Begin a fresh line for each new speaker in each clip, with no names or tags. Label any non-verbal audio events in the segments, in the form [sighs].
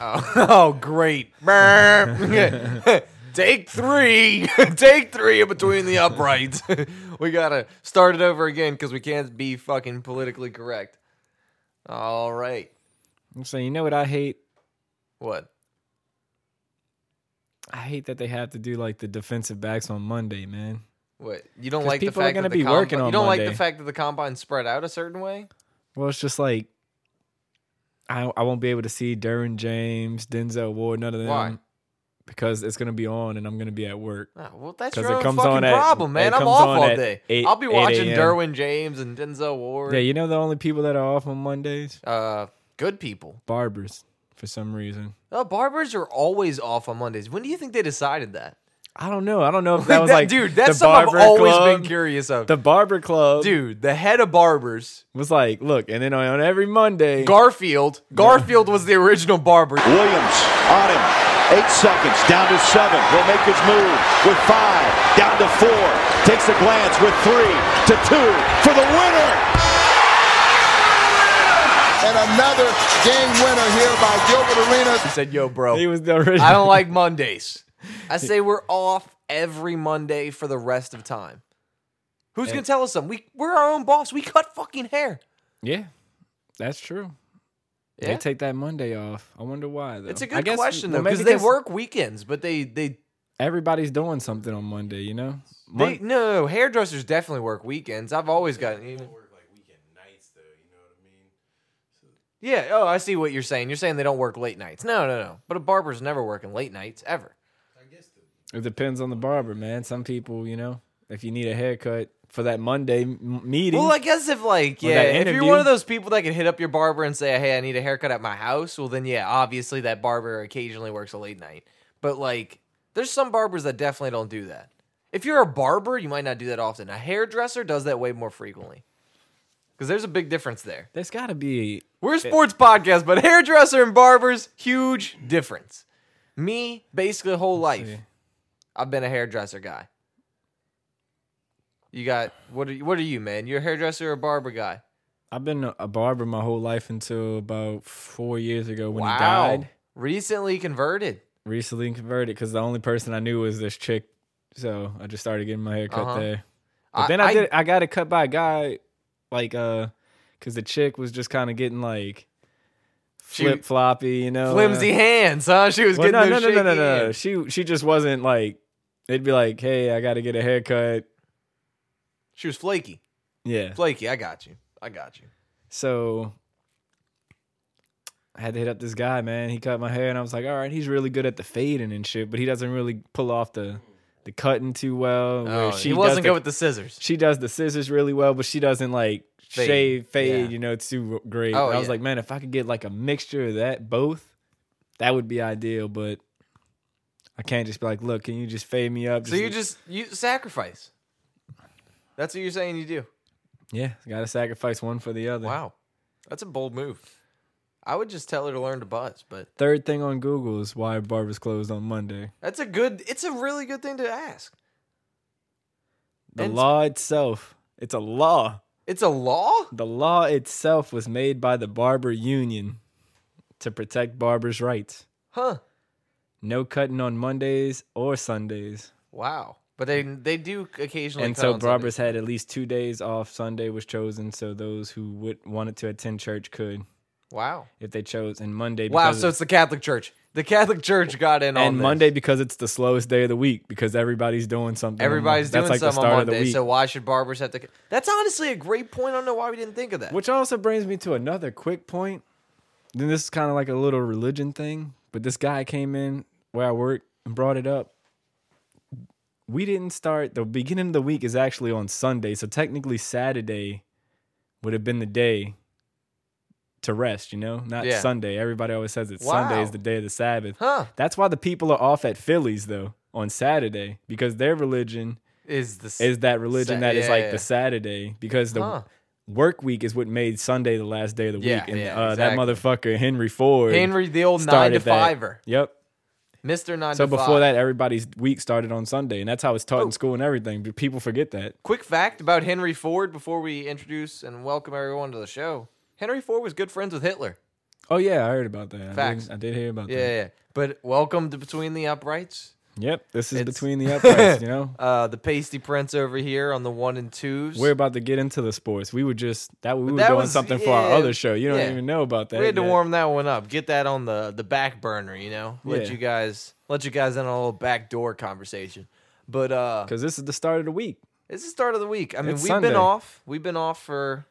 Oh, [laughs] oh great. [laughs] Take three. [laughs] Take three in between the uprights. [laughs] we got to start it over again because we can't be fucking politically correct. All right.
So you know what I hate?
What?
I hate that they have to do like the defensive backs on Monday, man.
What? You don't
'Cause
like the
people are
fact
gonna
that the
be
combi-
working on
You don't like
Monday.
the fact that the combine's spread out a certain way?
Well, it's just like I I won't be able to see Darren James, Denzel Ward, none of them.
Why?
Because it's gonna be on and I'm gonna be at work.
Oh, well, that's
'Cause
your
it
own
comes
fucking
on at-
problem, man.
it
I'm
comes
off
on
all
at
day.
8
I'll be
8
watching
a.m..
Derwin James and Denzel Ward.
Yeah, you know the only people that are off on Mondays?
Uh, good people.
Barbers for some reason.
Uh, barbers are always off on Mondays. When do you think they decided that?
I don't know. I don't know if
[laughs]
that was like
dude, that's
the
something
barber
I've always
club.
been curious of.
The barber club
dude, the head of barbers,
was like, look, and then on every Monday,
Garfield. Garfield was the original
[laughs]
barber.
Williams on him. Eight seconds, down to seven. He'll make his move with five, down to four. Takes a glance with three to two for the winner.
And another game winner here by Gilbert Arenas.
He said, "Yo,
he
bro,
was the original.
I don't like Mondays. I say we're off every Monday for the rest of time." Who's gonna tell us something? We we're our own boss. We cut fucking hair.
Yeah, that's true. They
Yeah?
take that Monday off. I wonder why though.
It's a
I
good
guess-
question though,
well, maybe
because they work weekends, but they they,
Everybody's doing something on Monday, you know. Mon-
they no, no, hairdressers definitely work weekends. I've always gotten even. Yeah, oh, I see what you're saying. You're saying they don't work late nights. No, no, no. But a barber's never working late nights ever.
it depends on the barber, man. Some people, you know, if you need a haircut for that Monday m- meeting,
Well, I guess if like
Or
yeah,
that
if you're
interview.
one of those people that can hit up your barber and say, "Hey, I need a haircut at my house," well then yeah, obviously that barber occasionally works a late night. But like, there's some barbers that definitely don't do that. If you're a barber, you might not do that often. A hairdresser does that way more frequently. Because there's a big difference there.
there's got to be.
We're a sports podcast, but hairdresser and barbers, huge difference. Me, basically, whole life,
see.
I've been a hairdresser guy. You got what? Are you, what are you, man? You're a hairdresser or a barber guy?
I've been a- a barber my whole life until about four years ago when
wow.
he died.
Recently converted.
Recently converted because the only person I knew was this chick, so I just started getting my haircut
Uh-huh.
there. But then I, did. I got it cut by a guy, like uh, because the chick was just kind of getting like
She-
flip floppy, you
[laughs]
know, uh,
flimsy hands, huh? She was
Well, no,
getting
no,
those
no, no, no,
shaky
no.
hands.
She she just wasn't like. It'd be like, hey, I got to get a haircut.
She was flaky.
Yeah.
Flaky. I got you. I got you.
So I had to hit up this guy, man. He cut my hair, and I was like, all right, he's really good at the fading and shit, but he doesn't really pull off the the cutting too well. where
Oh,
she
she
does
wasn't
the-
good with the scissors.
she does the scissors really well, but she doesn't like
Fade,
shave, fade,
yeah.
you know, too great.
Oh,
And I was
yeah.
like, man, if I could get like a mixture of that, both, that would be ideal, but I can't just be like, look, can you just fade me up?
So you just you sacrifice. That's what you're saying you do.
yeah, gotta sacrifice one for the other.
Wow. That's a bold move. I would just tell her to learn to buzz, but
Third thing on Google is why barbers closed on Monday.
that's a good it's a really good thing to ask.
The
And-
law itself, it's a law.
It's a law?
The law itself was made by the barber union to protect barbers' rights.
Huh.
No cutting on Mondays or Sundays.
Wow. But they they do occasionally
and
cut
so
on
barbers
Sundays.
had at least two days off. Sunday was chosen, so those who would wanted to attend church could,
Wow.
if they chose. And Monday,
Wow,
because
so it's the Catholic Church. The Catholic Church got in on
and
this.
Monday because it's the slowest day of the week because everybody's doing something. on Monday.
Everybody's doing
That's like the
something
start
on
of the
Monday,
week.
so why should barbers have to? c- That's honestly a great point. I don't know why we didn't think of that.
Which also brings me to another quick point. Then this is kind of like a little religion thing, but this guy came in where I work and brought it up. We didn't start the beginning of the week is actually on Sunday, so technically Saturday would have been the day to rest, you know? Not
Yeah.
Sunday. Everybody always says that
Wow.
Sunday is the day of the Sabbath.
Huh.
That's why the people are off at Phillies though on Saturday because their religion
is the s-
is that religion
Sa-
that is
yeah,
like
yeah.
the Saturday because the
Huh.
work week is what made Sunday the last day of the
Yeah,
week, and
yeah,
uh,
exactly.
that motherfucker Henry Ford,
Henry the old nine to
started that.
fiver,
Yep.
Mister Nine.
So
to
before
five.
that, everybody's week started on Sunday, and that's how it's taught
Oh.
in school and everything. But people forget that.
quick fact about Henry Ford before we introduce and welcome everyone to the show. Henry Ford was good friends with Hitler.
Oh yeah, I heard about that. I did-
Facts.
I did, hear about
Yeah,
that.
yeah. But welcome to Between the Uprights.
Yep, this is
It's- [laughs]
between the uprights. you know,
Uh, the pasty prints over here on the one and 2s
we're about to get into the sports. We were just that we were
that
doing
was-
something for our
yeah,
other show. You don't
yeah.
even know about that.
we had to
yet.
warm that one up. Get that on the the back burner, you know. Let
Yeah.
you guys let you guys in on a little backdoor conversation. But uh
because this is the start of the week.
it's the start of the week. I mean,
It's
we've
Sunday.
been off. We've been off for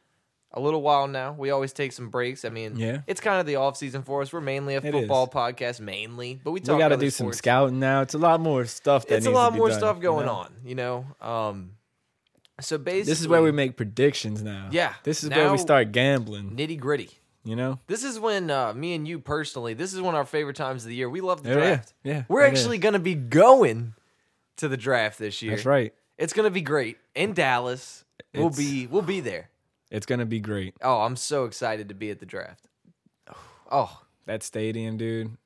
a little while now. We always take some breaks. I mean,
Yeah.
it's kind of the off season for us. We're mainly a
is.
football podcast, mainly, but we talk
we got to
other
do some
sports.
scouting now. It's a lot more stuff. That
It's
needs
a
to
lot
be
more
done,
stuff
you
going
know?
on, you know. Um, so basically,
This is where we make predictions now.
Yeah,
this is where
now-
we start gambling.
nitty gritty.
You know,
This is when uh, me and you personally, this is one of our favorite times of the year. We love the
Oh, Yeah,
draft.
yeah, yeah,
We're
it
actually going to be going to the draft this year.
that's right.
It's going to be great in Dallas. We'll
It's-
be we'll be there.
It's gonna be great.
Oh, I'm so excited to be at the draft. Oh,
That stadium, dude.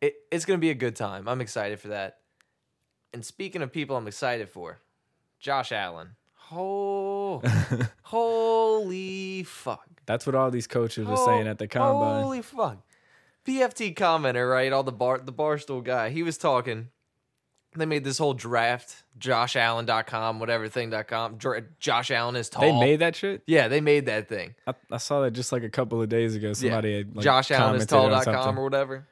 it, it's going to be a good time. I'm excited for that. And speaking of people I'm excited for, Josh Allen.
[laughs]
Oh, holy fuck.
That's what all these coaches were saying
Oh,
at the combine.
Holy fuck. PFT commenter, right? All the bar the barstool guy. He was talking. They made this whole draft, joshallen.com, whatever thing.com. Dra- Josh Allen is tall.
They made that shit.
Yeah, they made that thing.
I, I saw that just like a couple of days ago. Somebody
yeah.
had like
Josh Allen is
commented on
tall.com
something.
or whatever.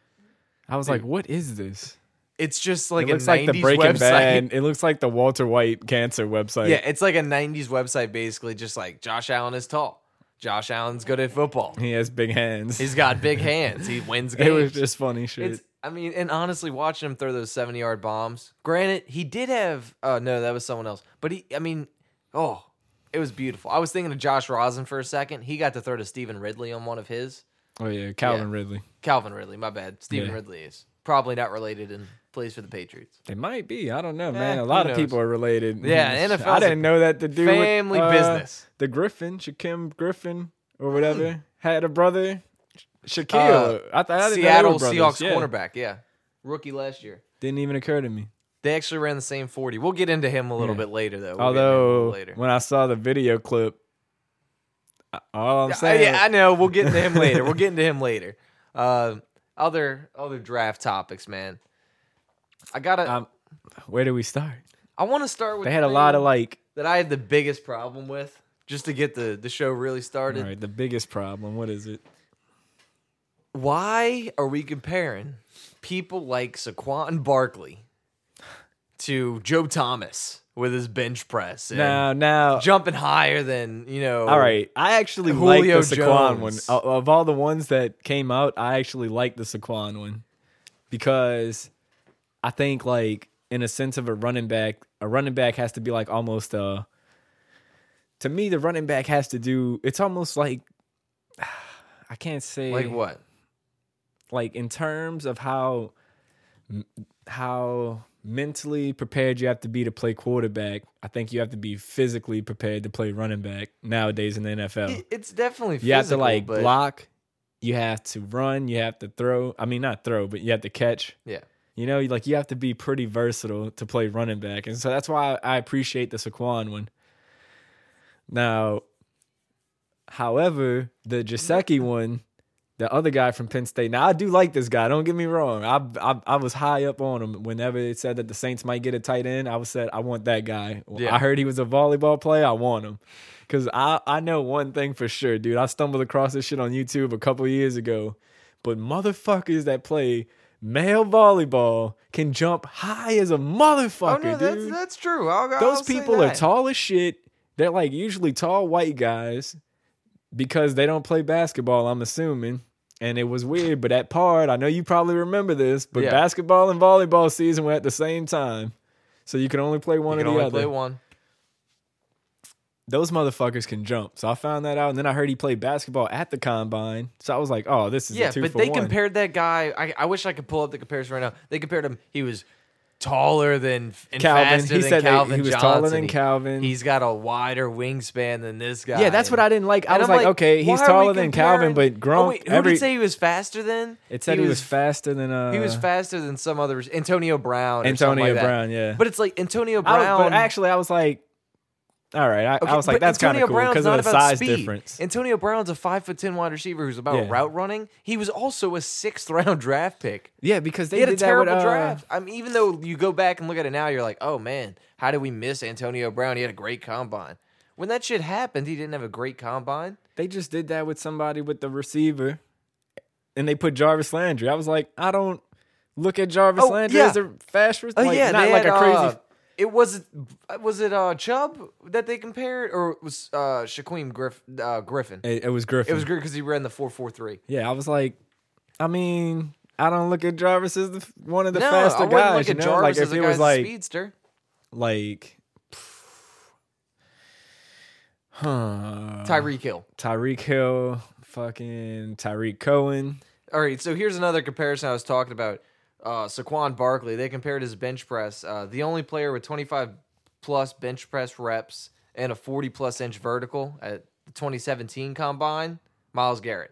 I was like, what is this?
It's just like
It looks
a 90s
like the Breaking
website.
Bad. It looks like the Walter White cancer
[laughs]
website.
Yeah, it's like a 90s website basically just like Josh Allen is tall. Josh Allen's good at football.
he has big hands.
He's got
[laughs]
big hands. He wins games.
it was just funny shit.
It's, I mean, and honestly, watching him throw those seventy-yard bombs. Granted, he did have. Oh no, that was someone else. But he, I mean, oh, it was beautiful. I was thinking of Josh Rosen for a second. He got to throw to Stephen Ridley on one of his.
oh yeah, Calvin Ridley.
Calvin Ridley, my bad. Stephen
Yeah.
Ridley is probably not related and plays for the Patriots.
They might be. I don't know, man. A
Eh, who
lot of
knows?
people are related.
Yeah,
Mhm.
NFL's
I
a
didn't know that the dude with,
family
uh,
business. Hmm.
The Griffin, Shaquem Griffin, or whatever, had a brother.
Uh,
Shaquille. I thought I didn't know
Seattle
they were brothers.
Seahawks
Yeah.
cornerback, yeah, rookie last year.
Didn't even occur to me.
They actually ran the same forty. We'll get into him a little bit later, though. We'll get into him a
Although
little later.
when I saw the video clip, I- all I'm
Uh, Yeah,
saying,
yeah, I know. We'll get
[laughs]
into him later. We'll get into him later. Uh, other other draft topics, man. I gotta.
um, where do we start?
I want to start with.
They had a
the
lot of
thing
like,
that I had the biggest problem with, just to get the the show really
all
started.
right, the biggest problem. What is it?
Why are we comparing people like Saquon Barkley to Joe Thomas with his bench press and
Now, now,
jumping higher than you know?
all right. I actually like the
Julio
Saquon one.
Jones.
O- Of all the ones that came out, I actually like the Saquon one because I think, like, in a sense of a running back, a running back has to be like almost a. To me, the running back has to do. It's almost like [sighs] I can't say
Like what?
like in terms of how m- how mentally prepared you have to be to play quarterback i think you have to be physically prepared to play running back nowadays in the nfl
It- It's definitely
you have to
physical,
like
but-
block you have to run you have to throw i mean not throw but you have to catch
Yeah.
you know like you have to be pretty versatile to play running back and so that's why i appreciate the saquon one now however the Jaceki one the other guy from Penn State. Now I do like this guy. Don't get me wrong. I, I I was high up on him whenever it said that the Saints might get a tight end. I was said I want that guy.
Yeah.
I heard he was a volleyball player. I want him because I I know one thing for sure, dude. I stumbled across this shit on YouTube a couple years ago, but motherfuckers that play male volleyball can jump high as a motherfucker,
Oh no, that's
dude.
that's true. I'll,
Those
I'll say
people are
that.
tall as shit. They're like usually tall white guys because they don't play basketball, I'm assuming. And it was weird, but at part, I know you probably remember this, but
Yeah.
basketball and volleyball season were at the same time. So you could only play one
You can
or the
only
other.
play one.
Those motherfuckers can jump. So I found that out. And then I heard he played basketball at the combine. So I was like, oh, this is
Yeah,
a two
but
for
they
one.
compared that guy. I, I wish I could pull up the comparison right now. They compared him. He was taller than and
Calvin.
faster
He
than
said that
Calvin
he was
Johnson.
taller than
He-
Calvin.
He's got a wider wingspan than this guy.
Yeah, that's what I didn't like. I
And
was
I'm
like, okay,
why
he's
are we
taller than Calvin,
comparing-
but Gronk.
Oh, wait, who
every,
did say he was faster than?
it said he was, faster than. Uh,
He was faster than some other Antonio Brown. or something like
Antonio
that.
Brown, yeah.
But it's like Antonio
I was-
Brown.
but actually, I was like, all right. I, I was like,
but
that's kind
Antonio
of cool because
not
of the
about
size difference.
Antonio Brown's a five foot ten wide receiver who's about
Yeah.
route running. He was also a sixth round draft pick.
Yeah, because they
He had a
did that with,
terrible
uh,
draft. I mean, even though you go back and look at it now, you're like, oh man, how did we miss Antonio Brown? He had a great combine. When that shit happened, he didn't have a great combine.
They just did that with somebody with the receiver, and they put Jarvis Landry. I was like, I don't look at Jarvis
Oh,
Landry
yeah.
as a fast receiver.
Oh
like,
yeah,
not
they
like
had,
a crazy.
uh, it was was it uh, Chubb that they compared, or it was uh, Shaquem Griff, uh, Griffin?
it, it was Griffin.
It was good because he ran the four four three.
Yeah, I was like, I mean, I don't look at Jarvis as the, f- one of the
No, I
faster
wouldn't
guys.
look
you
at
know,
Jarvis
like
as
if
a
it
guy
was
as a
like
speedster.
like, huh,
Uh-huh. Tyreek Hill.
Tyreek Hill, fucking Tyreek Cohen.
All right, so here's another comparison I was talking about. Uh, Saquon Barkley, they compared his bench press. Uh, the only player with 25 plus bench press reps and a 40 plus inch vertical at the 2017 combine, Miles Garrett.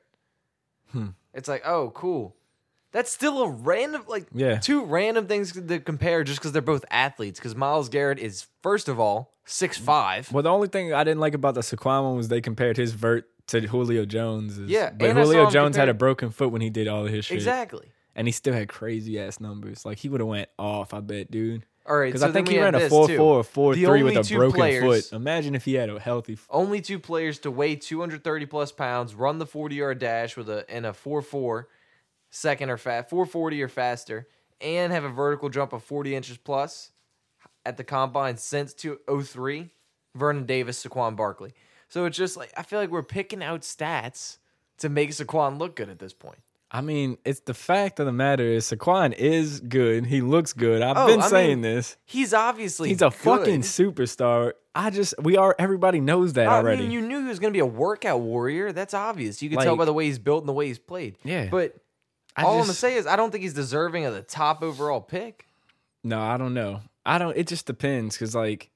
Hmm.
It's like, oh, cool. That's still a random, like,
Yeah.
two random things to compare just because they're both athletes. Because Miles Garrett is, first of all, six five.
Well, the only thing I didn't like about the Saquon one was they compared his vert to Julio Jones.
Yeah,
but
and I saw
Julio
him
Jones had a
compared-
broken foot when he did all of his shit.
Exactly.
and he still had crazy ass numbers. Like he would have went off, I bet, dude.
All right,
because
so
I
then
think
we
he
had
ran a
this,
four
too.
four or four
The
three with
only
a
two
broken
players-
foot. Imagine if he had a healthy. f-
only two players to weigh 230 plus pounds, run the 40 yard dash with a and a 4-4 second or fast 440 or faster, and have a vertical jump of 40 inches plus at the combine since 2003. Vernon Davis, Saquon Barkley. So it's just like I feel like we're picking out stats to make Saquon look good at this point.
I mean, it's the fact of the matter is Saquon is good. He looks good. I've
Oh,
been
I mean,
saying this.
He's obviously
He's a
good.
fucking superstar. I just we are everybody knows that
I
already.
mean, you knew he was going to be a workout warrior. That's obvious. You could tell
Like-
by the way he's built and the way he's played.
Yeah.
But
I
all I'm gonna
just-
say is I don't think he's deserving of the top overall pick.
No, I don't know. I don't. It just depends because like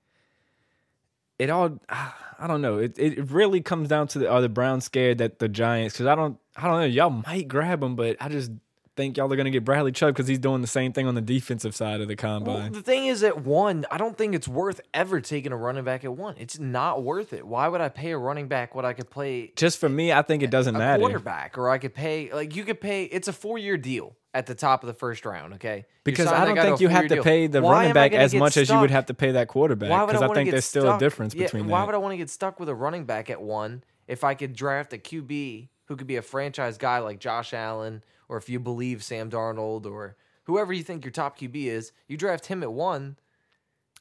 it all. [sighs] I don't know. It it really comes down to the are the Browns scared that the Giants because I don't I don't know. Y'all might grab him, but I just think y'all are gonna get Bradley Chubb because he's doing the same thing on the defensive side of the
Well,
combine.
the thing is, at one, I don't think it's worth ever taking a running back at one. It's not worth it. Why would I pay a running back what I could play
just for me, I think it doesn't
a
matter
quarterback, or I could pay like you could pay. It's a four year deal at the top of the first round. Okay, You
because
sign
I
that
don't
guy to
think
a
you have
four-year
to
deal.
pay the
Why
running
am I
back
gonna
as
get
much as you would
stuck?
have to pay that quarterback
Why would
because I,
wanna
think
get
there's still
stuck?
a difference
Yeah,
between
Why
that.
would I want to get stuck with a running back at one if I could draft a QB who could be a franchise guy like Josh Allen, or if you believe Sam Darnold, or whoever you think your top QB is, you draft him at one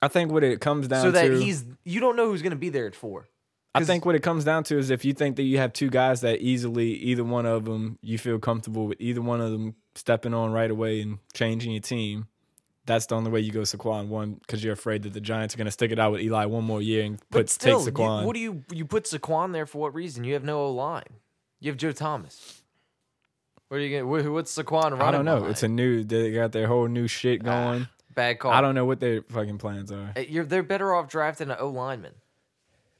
I think what it comes down
so that
to
he's you don't know who's going to be there at four.
I
'Cause-
think what it comes down to is if you think that you have two guys that easily, either one of them, you feel comfortable with either one of them stepping on right away and changing your team, that's the only way you go Saquon one because you're afraid that the Giants are going to stick it out with Eli one more year and put
But still,
take
you-
Saquon.
what do you you put Saquon there for? What reason? You have no O line. You have Joe Thomas. What are you going? to What's Saquon running?
I don't know.
behind?
It's a new. They got their whole new shit going.
bad call. Uh,
I don't know what their fucking plans are.
You're they're better off drafting an O lineman.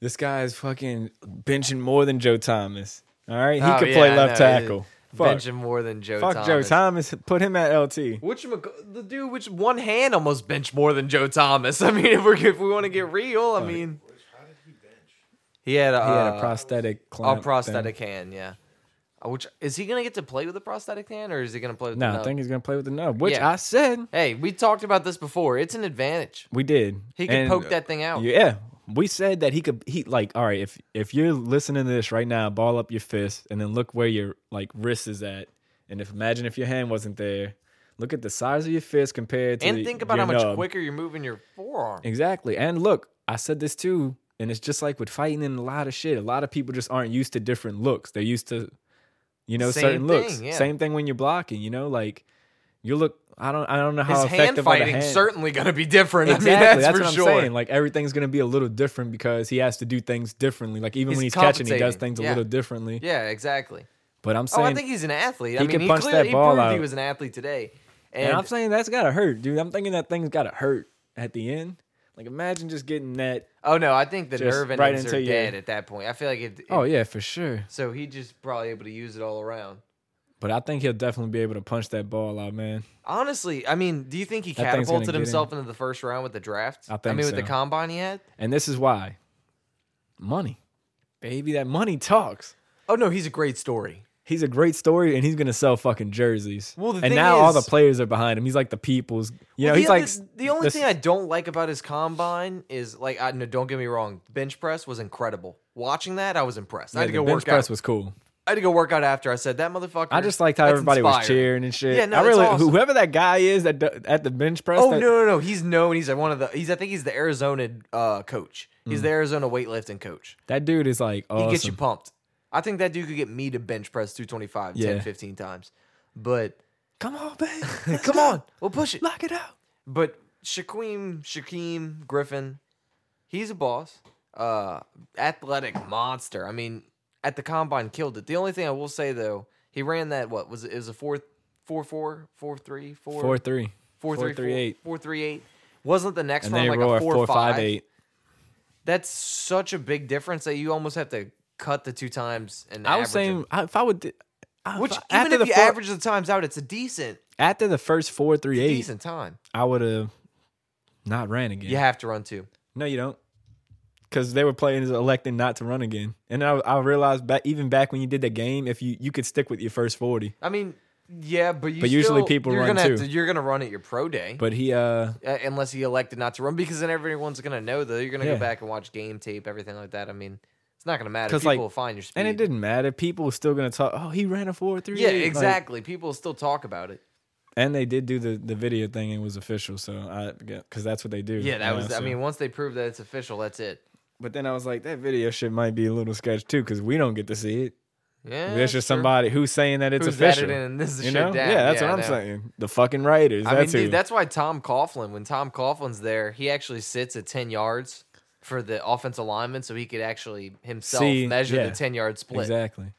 This guy is fucking benching more than Joe Thomas. All right, he
Oh,
could
yeah,
play
I
left
know. He-
tackle. Fuck,
Benching more than Joe
fuck
Thomas.
Joe Thomas. Put him at LT.
Which the dude, which one hand almost benched more than Joe Thomas? [laughs] I mean, if we if we want to get real, I mean, he had a,
He had a
uh,
prosthetic clamp.
a
thing.
prosthetic hand, yeah. Uh, Which is he gonna get to play with a prosthetic hand, or is he gonna play with
No,
the
I
nub?
think he's gonna play with the nub, which
Yeah.
I said
Hey, we talked about this before. It's an advantage.
we did.
He could poke
uh,
that thing out.
Yeah, we said that he could. He like, all right, if if you're listening to this right now, ball up your fist and then look where your like wrist is at, and if imagine if your hand wasn't there, look at the size of your fist compared to
and
the-
think about how
your
much
nub.
quicker you're moving your forearm.
Exactly, and look, I said this too, and it's just like with fighting and a lot of shit. A lot of people just aren't used to different looks. They're used to, you know,
Same
certain looks.
thing, yeah.
Same thing when you're blocking. You know, like you look. I don't. I don't know how
His hand
effective are the
fighting
hand-
certainly [laughs] gonna be different.
Exactly.
I mean, that's,
that's
for
what I'm
sure.
saying. Like everything's gonna be a little different because he has to do things differently. Like even
He's
when he's catching, he does
compensating.
things a
Yeah.
little differently.
yeah, exactly.
But I'm
Oh,
saying,
I think he's an athlete. I
he
mean,
could
he
punch
clearly
that
he
ball
proved he
out.
was an athlete today.
and,
And,
I'm saying that's gotta hurt, dude. I'm thinking that thing's gotta hurt at the end. Like imagine just getting that.
oh no, I think the
Just
nerve
right
endings are
into your-
dead at that point. I feel like it. it-
Oh yeah, for sure.
So he just probably able to use it all around.
But I think he'll definitely be able to punch that ball out, man.
Honestly, I mean, do you think he
That thing's gonna
catapulted
get
himself into the first round with the draft?
I think
mean, with the
so.
combine he had.
And this is why. money. Baby, that money talks.
Oh no, he's a great story.
He's a great story, and he's gonna sell fucking jerseys.
Well, the
and
thing
now all the
is-
players are behind him. He's like the people's. You know,
the
he's like
other- the only
this-
thing I don't like about his combine is like I no, don't get me wrong, bench press was incredible. Watching that, I was impressed. I had to
the
go
bench
work
press
out.
was cool.
I had to go work out after. I said that motherfucker.
I just liked how
that's
everybody was
inspired."
cheering and shit.
Yeah, no,
I
that's
really
awesome.
whoever that guy is that do- at the bench press.
Oh
that-
no, no, no! He's known. He's one of the. He's I think he's the Arizona uh, coach. He's the Arizona weightlifting coach.
that dude is like
He
Hmm. awesome.
gets you pumped. I think that dude could get me to bench press 225 10,
Yeah.
15 times. But
Come on, babe. [laughs]
come on, we'll push it.
Lock it out.
But Shaquem, Shaquem Griffin, he's a boss, uh, athletic monster. I mean, at the combine, killed it. The only thing I will say though, he ran that what was it? It was a four, four, four, four, three, four,
Four three.
four, three,
four, three, eight.
four, three, eight. Wasn't the next
And
one
they
like
roll
a
a
four,
four
five?
five eight.
That's such a big difference that you almost have to cut the two times. And
I was
average 'em.
saying I- if I would, do- I-
which
if I-
even
after
if
the
you
four-
average the times out, it's a decent,
after the first four three eight,
decent time.
I would have not ran again.
You have to run two.
No, you don't. Because they were playing as electing not to run again, and I, I realized back even back when you did the game, if you you could stick with your first forty,
I mean, yeah, but you
But usually
still-
people
you're
run
gonna have
two.
to- you're gonna run at your pro day,
but he uh
uh, unless he elected not to run, because then everyone's gonna know that you're gonna
Yeah.
go back and watch game tape, everything like that. I mean, it's not gonna matter.
'Cause,
People
like-
will find your speed,
and it didn't matter. People were still gonna talk. Oh, he ran a four three.
Yeah, exactly. people will still talk about it.
and they did do the the video thing. It was official, so I because that's what they do.
Yeah, that
you
was.
know,
I
so-
mean, once they prove that it's official, that's it.
but then I was like, that video shit might be a little sketch too, because we don't get to see it.
Yeah,
There's just
sure.
somebody who's saying that it's
Who's
official.
edited and this is
you
shit
know?
down.
Yeah, that's
Yeah, I
what I'm
know.
saying. The fucking writers.
I mean,
that's
dude,
who.
that's why Tom Coughlin, when Tom Coughlin's there, he actually sits at 10 yards for the offensive lineman so he could actually himself
See,
measure
yeah.
the 10 yard split.
exactly.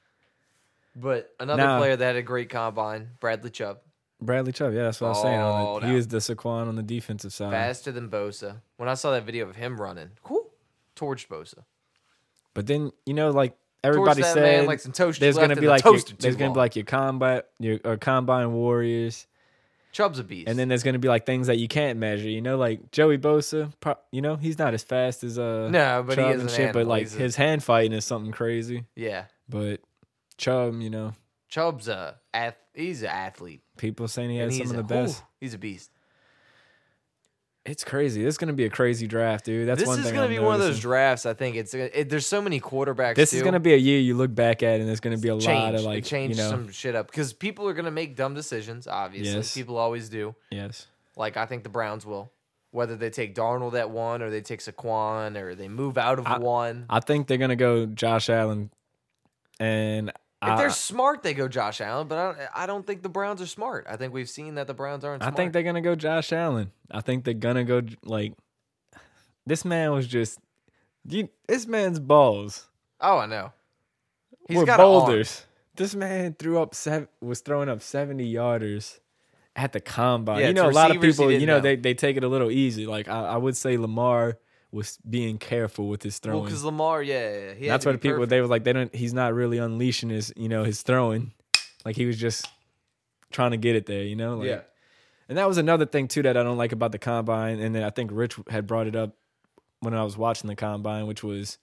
But another
Nah. Uh-huh.
player that had a great combine, Bradley Chubb,
Bradley Chubb. Yeah, that's what I was saying.
Oh,
On the, he
no.
was the Saquon on the defensive side.
faster than Bosa. When I saw that video of him running, whoo, torched Bosa.
But then you know, like everybody
that
said,
man like some toast you
there's
left
gonna
in
be
the
like your,
toaster too
there's gonna be
long.
like your combat your or combine warriors,
Chubb's a beast.
and then there's gonna be like things that you can't measure. You know, like Joey Bosa. Pro, you know, he's not as fast as uh
No, but he
Chubb
is
and
an
shit, But
animal.
like
He's a-
his hand fighting is something crazy.
yeah,
But Chubb, you know,
Chubb's a ath- he's an athlete.
people saying he
And
has
he's
some of
a,
the
whew,
best.
he's a beast.
It's crazy. This is gonna be a crazy draft, dude. That's one
this is
thing
going to
I'm
be one of those
noticing.
drafts. I think it's it, there's so many quarterbacks.
This is
too.
gonna be a year you look back at, and there's gonna be a lot
change.
of like
it changed
you know,
some shit up because people are gonna make dumb decisions. Obviously,
Yes.
people always do.
yes.
Like I think the Browns will, whether they take Darnold at one or they take Saquon or they move out of one.
I think they're gonna go Josh Allen, and
if
I,
they're smart, they go Josh Allen. But I don't, I don't think the Browns are smart. I think we've seen that the Browns aren't.
I
Smart.
think they're gonna go Josh Allen. I think they're gonna go like this man was just you, this man's balls
Oh, I know. He's
were
got a arm.
boulders. This man threw up seven, was throwing up seventy yarders at the combine.
Yeah,
you
it's
know, a lot of
receivers he
people, you
didn't
know,
know.
they they take it a little easy. Like I, I would say, Lamar was being careful with his throwing.
Well, because Lamar, yeah, yeah, yeah. He had
That's
to
why
be
the people
perfect.
they were like they don't he's not really unleashing his you know his throwing, like he was just trying to get it there you know like,
Yeah.
And that was another thing too that I don't like about the combine, and then I think Rich had brought it up when I was watching the combine, which was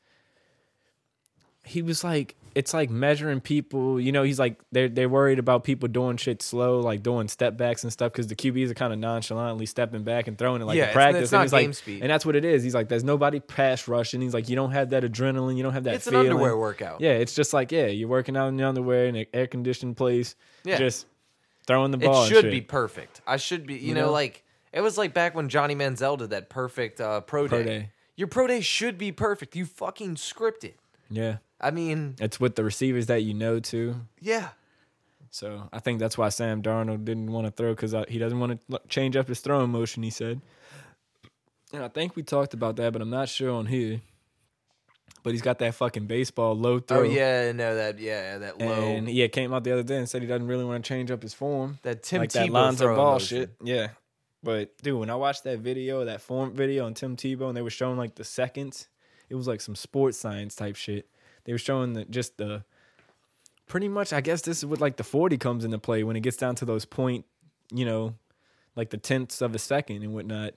he was like it's like measuring people you know he's like they're, they're worried about people doing shit slow like doing step backs and stuff because the qb's are kind of nonchalantly stepping back and throwing it like
Yeah,
in
it's-
practice
it's
and
not
he's
game
like
speed.
and that's what it is he's like there's nobody pass rushing he's like you don't have that adrenaline you don't have that
It's an
feeling.
underwear workout.
yeah it's just like yeah you're working out in the underwear in an air-conditioned place
Yeah.
just throwing the
It
ball and
should
shit.
be perfect. I should be, you, know,
know?
like it was like back when Johnny Manziel did that perfect uh, pro,
Pro
day.
day.
Your pro day should be perfect. You fucking script it.
yeah
I mean,
it's with the receivers that you know too
yeah,
So I think that's why Sam Darnold didn't want to throw because he doesn't want to change up his throwing motion. He said, and I think we talked about that, but I'm not sure on here. But he's got that fucking baseball low throw.
oh yeah, no, that yeah, that low.
and yeah, came out the other day and said he doesn't really want to change up his form.
That Tim
like
Tebow
that Lonzo
throwing
Ball
motion.
shit. Yeah, but dude, when I watched that video, that form video on Tim Tebow, and they were showing like the seconds, it was like some sports science type shit. They were showing the, just the pretty much. I guess this is what like the forty comes into play when it gets down to those point, you know, like the tenths of a second and whatnot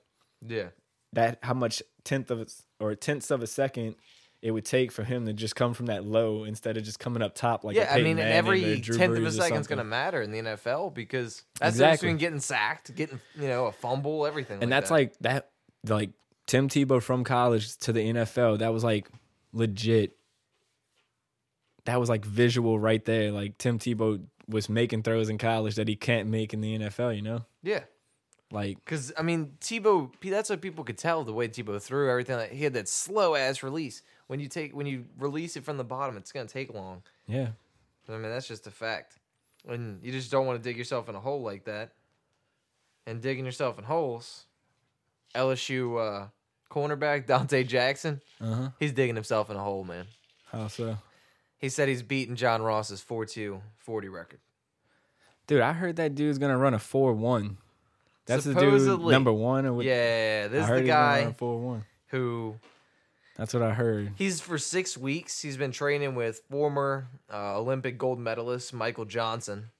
yeah,
that how much tenth of a, or tenths of a second it would take for him to just come from that low instead of just coming up top like a
yeah, I
Peyton
mean, and
Manning or
every
Drew
tenth of
Brees
a
or
second's
something.
going to matter in the NFL because that's the
Exactly.
difference between getting sacked, getting you know a fumble, everything.
and
like
that's
that.
like that like Tim Tebow from college to the NFL. That was like legit. That was like visual right there. Like Tim Tebow was making throws in college that he can't make in the NFL. You know,
yeah,
like
because I mean Tebow. P- That's what people could tell the way Tebow threw everything. Like, he had that slow ass release. When you take when you release it from the bottom, it's going to take long.
yeah,
I mean, that's just a fact. And you just don't want to dig yourself in a hole like that. And digging yourself in holes, LSU uh, cornerback [laughs] Dante Jackson,
Uh-huh.
he's digging himself in a hole, man.
how so?
He said he's beaten John Ross's 4 2 40 record.
Dude, I heard that dude's gonna run a four one. That's the dude
Supposedly.
number one or what?
Yeah,
I
this is
heard
the
he's gonna run
guy
a four one.
who
That's what I heard.
He's for six weeks. He's been training with former uh, Olympic gold medalist Michael Johnson.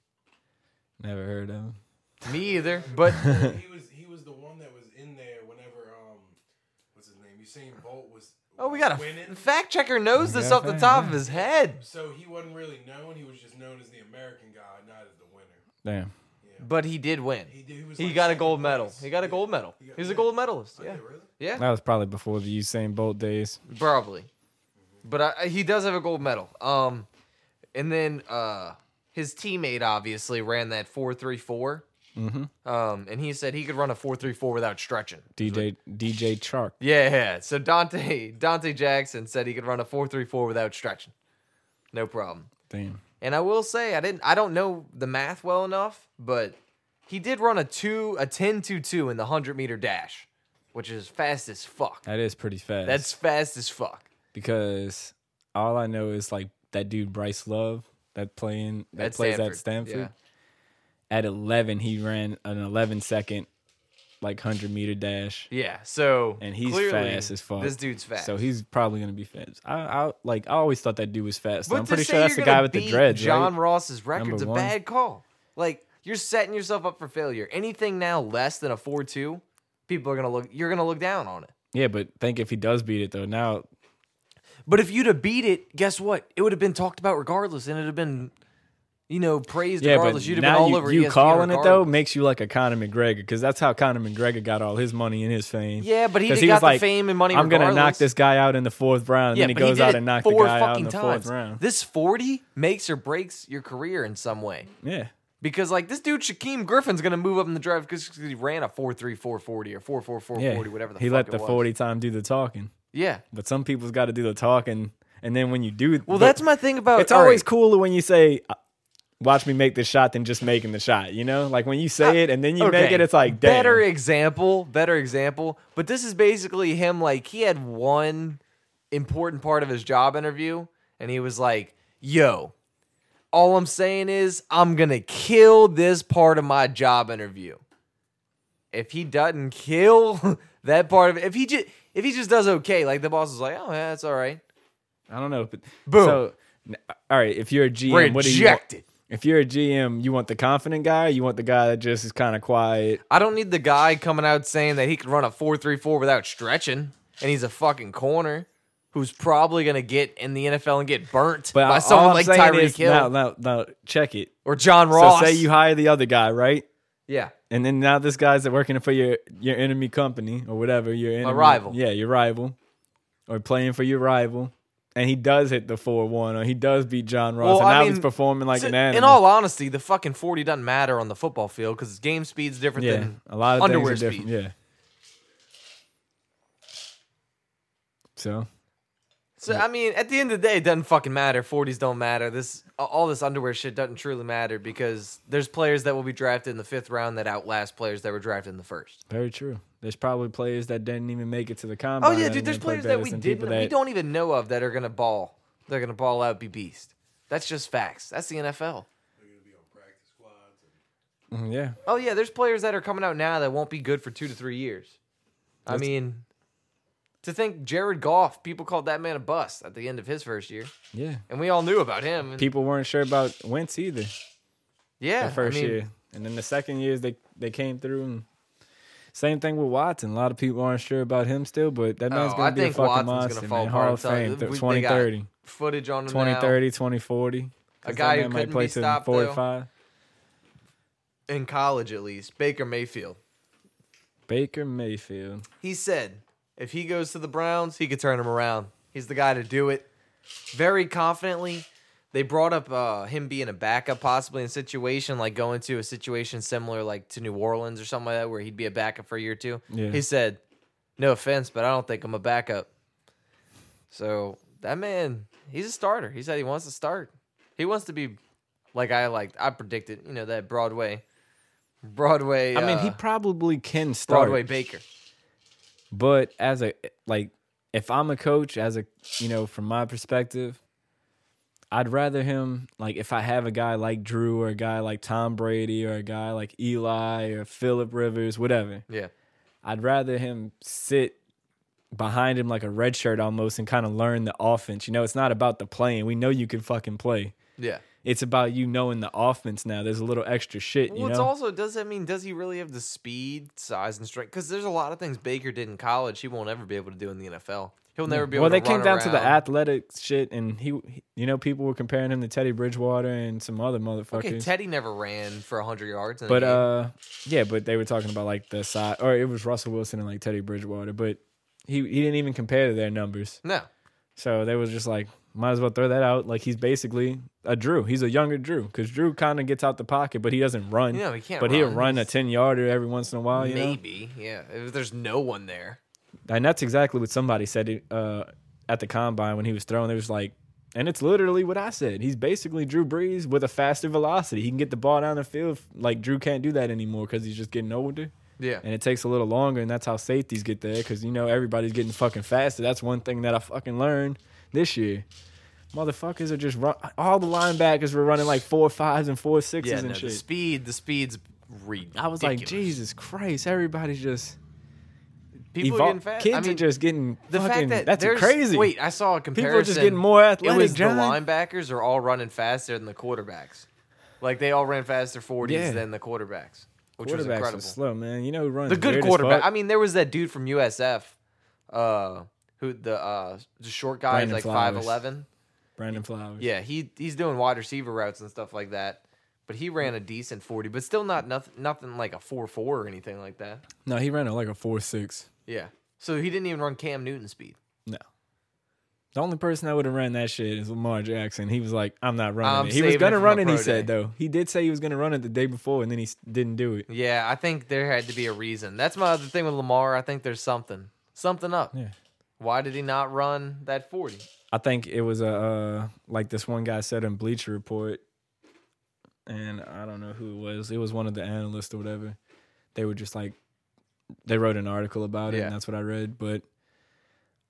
Never heard of him.
Me either,
[laughs]
but
he was he was the one that was in there whenever um what's his name Usain Bolt was
oh, we got a
winning.
fact checker knows this
got a
off the
fact,
top of
yeah.
his head.
so he wasn't really known. He was just known as the American guy, not as the winner.
Damn.
But he did win. He,
He did. He, was like
got a
second
gold medal.
place.
He got a
Yeah.
gold medal.
He got-
He's a
yeah.
gold medalist.
Yeah,
Yeah,
really?
yeah,
That was probably before the Usain Bolt days.
probably. But I, I- he does have a gold medal. Um, and then uh, his teammate obviously ran that four three four.
Mm-hmm.
Um, and he said he could run a four three four without stretching.
DJ DJ Chark.
Yeah, so Dante [laughs] Dante Jackson said he could run a four three four without stretching, no problem.
Damn.
And I will say I didn't I don't know the math well enough, but he did run a two a 10-2-2 in the hundred meter dash, which is fast as fuck.
That is pretty fast.
That's fast as fuck.
because all I know is like that dude Bryce Love that playing that
At
plays at
Stanford,
Stanford.
yeah.
At eleven, he ran an 11 second, like hundred meter dash,
Yeah, so
and he's
clearly,
fast as fuck.
This dude's fast.
so he's probably gonna be fast. I, I like I always thought that dude was fast.
But
I'm
to
pretty
say
sure that's
you're
the
gonna
guy with the
beat
dreads,
John
right?
Ross's record's
Number
a
one.
bad call. Like you're setting yourself up for failure. Anything now less than a four two, people are gonna look. You're gonna look down on it.
Yeah, but think if he does beat it though. Now
But if you'd have beat it, guess what? It would have been talked about regardless, and it'd have been, you know, praised
Yeah, but
regardless. You'd have been
now
all
you,
over E
you
ESPN
calling it though
regardless.
makes you like a Conor McGregor because that's how Conor McGregor got all his money and his fame.
Yeah, but he
'Cause
did got
was
the fame and money
I'm gonna knock
regardless."
this guy out in the fourth round, and
Yeah,
then he
but
goes
did
out
it
and knocks the
four
guy out
fucking
in the
times.
fourth round.
This forty makes or breaks your career in some way
yeah,
because, like, this dude Shaquem Griffin's gonna move up in the draft because he ran a four three four forty or four four four
yeah.
forty, whatever the
he
fuck
let
it
the
was.
40 time do the talking,
Yeah.
but some people's got to do the talking, and then when you do,
Well, that's my thing about
It's always
cool.
cooler when you say. "Uh, Watch me make this shot than just making the shot, you know? Like when you say it and then you make
Uh, Okay.
it, it's like, damn.
better example, better example. But this is basically him like he had one important part of his job interview and he was like, "Yo, all I'm saying is I'm going to kill this part of my job interview." If he doesn't kill [laughs] that part of it, if he just if he just does okay, like the boss is like, "Oh, yeah, that's all right."
I don't know, but
Boom.
So, n- all right, if you're a GM, what do you want?
Rejected.
If you're a GM, you want the confident guy. You want the guy that just is kind of quiet.
I don't need the guy coming out saying that he could run a 4-3-4 without stretching and he's a fucking corner who's probably going to get in the NFL and get burnt
But
by
all
someone
I'm
like
saying
Tyreek
is-
Hill
Now, now, now, check it.
or John Ross.
So say you hire the other guy, right?
yeah.
And then now this guy's working for your your enemy company or whatever your enemy,
rival.
Yeah, your rival, or playing for your rival, and he does hit the four one, or he does beat John Ross, and now he's performing like
so-
an animal.
In all honesty, the fucking 40 doesn't matter on the football field because game speed's different
yeah,
than
a lot of
underwear
things are different.
speed.
Yeah. So
So, I mean, at the end of the day, it doesn't fucking matter. 40s don't matter. This All this underwear shit doesn't truly matter because there's players that will be drafted in the fifth round that outlast players that were drafted in the first.
Very true. There's probably players that didn't even make it to the combine.
Oh yeah,
that
dude. There's
didn't play
players
better
that we
than
didn't,
people
we
that-
don't even know of that are gonna ball. They're gonna ball out, be beast. That's just facts. That's the NFL.
Mm, [laughs] Yeah,
Oh yeah, there's players that are coming out now that won't be good for two to three years. I mean, to think Jared Goff, people called that man a bust at the end of his first year,
yeah.
and we all knew about him. And
People weren't sure about Wentz either
yeah,
the first
I mean,
year, and then the second years they they came through and Same thing with Watson. A lot of people aren't sure about him still, but that man's
Oh,
gonna
I
be
think
a fucking
Watson's
monster.
gonna fall
man.
apart.
Hall
I'm
of
telling you,
Fame, th-
we- they got
2030,
Footage on him
2030, 2040.
A guy who couldn't be stopped, though.
45.
now in college at least. Baker Mayfield.
Baker Mayfield.
He said if he goes to the Browns, he could turn them around. He's the guy to do it. Very confidently. They brought up uh, him being a backup possibly in a situation like going to a situation similar like to New Orleans or something like that where he'd be a backup for a year or two.
Yeah.
He said, No offense, but I don't think I'm a backup. So that man, he's a starter. He said he wants to start. He wants to be like I like I predicted, you know, that Broadway Broadway
I mean, he
uh,
probably can start.
Broadway Baker.
But as a like, if I'm a coach, as a you know, from my perspective, I'd rather him like if I have a guy like Drew or a guy like Tom Brady or a guy like Eli or Philip Rivers, whatever.
Yeah.
I'd rather him sit behind him like a red shirt almost and kind of learn the offense. You know, it's not about the playing. We know you can fucking play.
Yeah.
It's about you knowing the offense now. There's a little extra shit. You
Well, it's
know?
also does that mean does he really have the speed, size, and strength? Because there's a lot of things Baker did in college he won't ever be able to do in the NFL. He'll never be able.
well,
to
they came
run
down to the
around.
athletic shit, and he, he- you know, people were comparing him to Teddy Bridgewater and some other motherfuckers.
Okay, Teddy never ran for hundred yards. In
but
a game.
uh, yeah, but they were talking about like the side, or it was Russell Wilson and like Teddy Bridgewater, but he he didn't even compare to their numbers.
no,
So they was just like, might as well throw that out. Like he's basically a Drew. He's a younger Drew because Drew kind of gets out the pocket, but he doesn't run.
No, he can't
But he'll
run.
run a ten yarder every once in a while. You know?
maybe yeah. If there's no one there,
And that's exactly what somebody said uh, at the combine when he was throwing. They was like, and it's literally what I said. He's basically Drew Brees with a faster velocity. He can get the ball down the field. Like Drew can't do that anymore because he's just getting older.
yeah.
And it takes a little longer, and that's how safeties get there because you know everybody's getting fucking faster. That's one thing that I fucking learned this year. Motherfuckers are just run. All the linebackers were running like four fives and four sixes
yeah,
and
no, the
shit.
speed, the speed's ridiculous.
I was like, Jesus Christ! Everybody's just
people
evol-
are getting fast.
Kids
I mean,
are just getting
the
fucking.
fact that
that's
there's,
crazy.
Wait, I saw a comparison.
are just getting more athletic,
It was
John.
the linebackers are all running faster than the quarterbacks. Like they all ran faster forties
Yeah.
than the quarterbacks, which was
quarterbacks
incredible.
are slow, man. You know who runs
the good
weird as
quarterback.
fuck?
I mean, there was that dude from USF, uh, who the uh, the short guy
Brandon
is like five
Flowers.
eleven.
Brandon Flowers.
Yeah, he he's doing wide receiver routes and stuff like that. But he ran a decent forty, but still not nothing nothing like a four four or anything like that.
No, he ran like a four six.
Yeah, so he didn't even run Cam Newton speed.
No. The only person that would have run that shit is Lamar Jackson. He was like, "I'm not running."
I'm
it. He was
saving it
gonna
for
run
my
it. He
pro
said
day.
though. He did say he was gonna run it the day before, and then he s- didn't do it.
Yeah, I think there had to be a reason. That's my other thing with Lamar. I think there's something something up.
Yeah.
Why did he not run that forty?
I think it was a uh, like this one guy said in Bleacher Report, and I don't know who it was. It was one of the analysts or whatever. They were just like, they wrote an article about it,
Yeah.
and that's what I read. But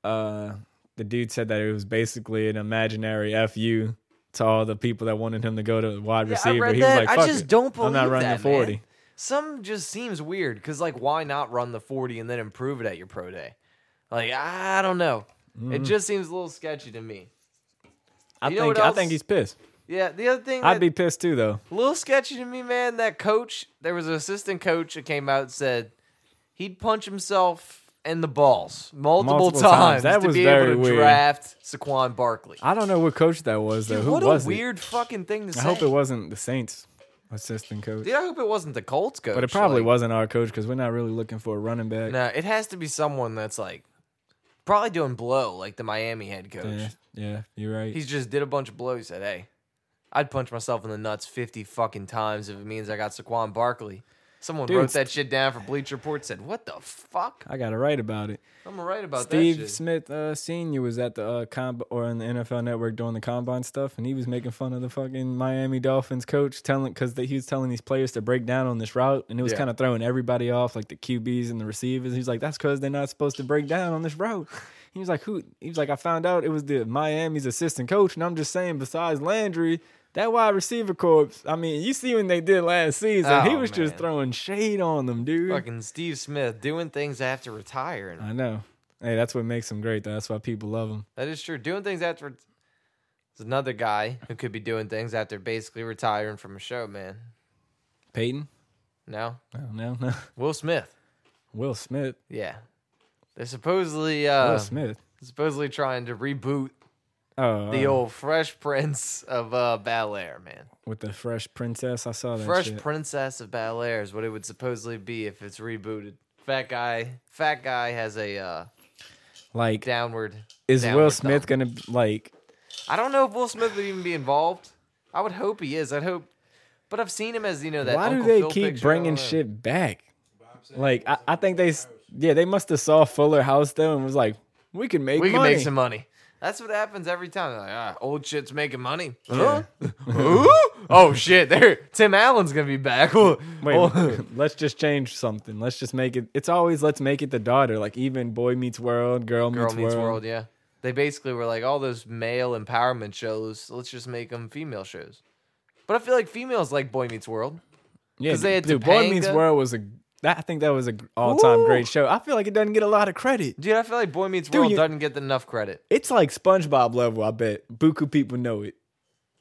uh, the dude said that it was basically an imaginary fu to all the people that wanted him to go to wide
Yeah, I
receiver.
read
he was
that.
like,
I
"Fuck
just
it.
don't
I'm not
believe
running
that,
the forty.
man. Some just seems weird because, like, why not run the 40 and then improve it at your pro day? Like, I don't know.
Mm-hmm.
It just seems a little sketchy to me.
I
You know
think
what
I
else?
think he's pissed.
Yeah, the other thing
I'd
that
be pissed too though.
a little sketchy to me, man, that coach, there was an assistant coach that came out and said he'd punch himself in the balls multiple,
Multiple
times,
times. That
to
was
be
very
able to
weird.
draft Saquon Barkley.
I don't know what coach that was though.
Dude,
Who
what
was
a
it?
weird fucking thing to say.
I hope it wasn't the Saints assistant coach.
Dude, I hope it wasn't the Colts coach.
But it probably
like-
wasn't our coach because we're not really looking for a running back.
No, it has to be someone that's like probably doing blow, like the Miami head coach.
Yeah, yeah, you're right.
He's just did a bunch of blow. He said, "Hey, I'd punch myself in the nuts fifty fucking times if it means I got Saquon Barkley." Someone
Dude,
wrote that shit down for Bleacher Report. Said, "What the fuck?"
I gotta write about it.
I'm right about that
Steve
shit.
Smith uh, Senior was at the uh, comb or on the NFL Network doing the combine stuff, and he was making fun of the fucking Miami Dolphins coach, telling because he was telling these players to break down on this route, and it was
Yeah.
kind of throwing everybody off, like the QBs and the receivers. He's like, "That's because they're not supposed to break down on this route." [laughs] He was like, "Who?" He was like, "I found out it was the Miami's assistant coach," and I'm just saying, besides Landry. That wide receiver corps. I mean, you see when they did last season, he
Oh,
was just
man.
throwing shade on them, dude.
Fucking Steve Smith doing things after retiring.
I know. Hey, that's what makes him great. Though. That's why people love him.
That is true. Doing things after. There's another guy who could be doing things after basically retiring from a show, man.
Peyton?
No,
Oh, No, [laughs] no, no.
Will Smith.
Will Smith.
Yeah. They're supposedly
Will
uh
Smith.
supposedly trying to reboot
Oh,
the
uh,
old Fresh Prince of uh Bel Air, man.
with the Fresh Princess. I saw that.
Fresh
shit.
Princess of Bel Air is what it would supposedly be if it's rebooted. Fat guy, fat guy has a uh,
like,
downward.
is
downward
Will Smith
dog.
gonna like?
I don't know if Will Smith would even be involved. I would hope he is. I'd hope, but I've seen him as you know that.
Why do
Uncle
they
Phil
keep
picture. I don't
bringing
know.
shit back? Like, I, I think they, s- yeah, they must have saw Fuller House though and was like, we can make
We can
money.
make some money. That's what happens every time. They're Like, ah, old shit's making money.
Yeah.
Huh? [laughs] Ooh? Oh shit! There, Tim Allen's gonna be back. [laughs] Oh, Wait,
[laughs] Wait, [laughs] let's just change something. Let's just make it. It's always let's make it the daughter. Like even Boy Meets World, Girl,
Girl
meets,
Meets
World.
World. Yeah, they basically were like all those male empowerment shows. Let's just make them female shows. But I feel like females like Boy Meets World.
Yeah,
'Cause they had
dude, Boy Meets
Topanga.
World was a. That, I think that was a all time
Woo!
great show. I feel like it doesn't get a lot of credit.
Dude, I feel like Boy Meets World
you-
doesn't get enough credit.
It's like SpongeBob level. I bet Buku people know it.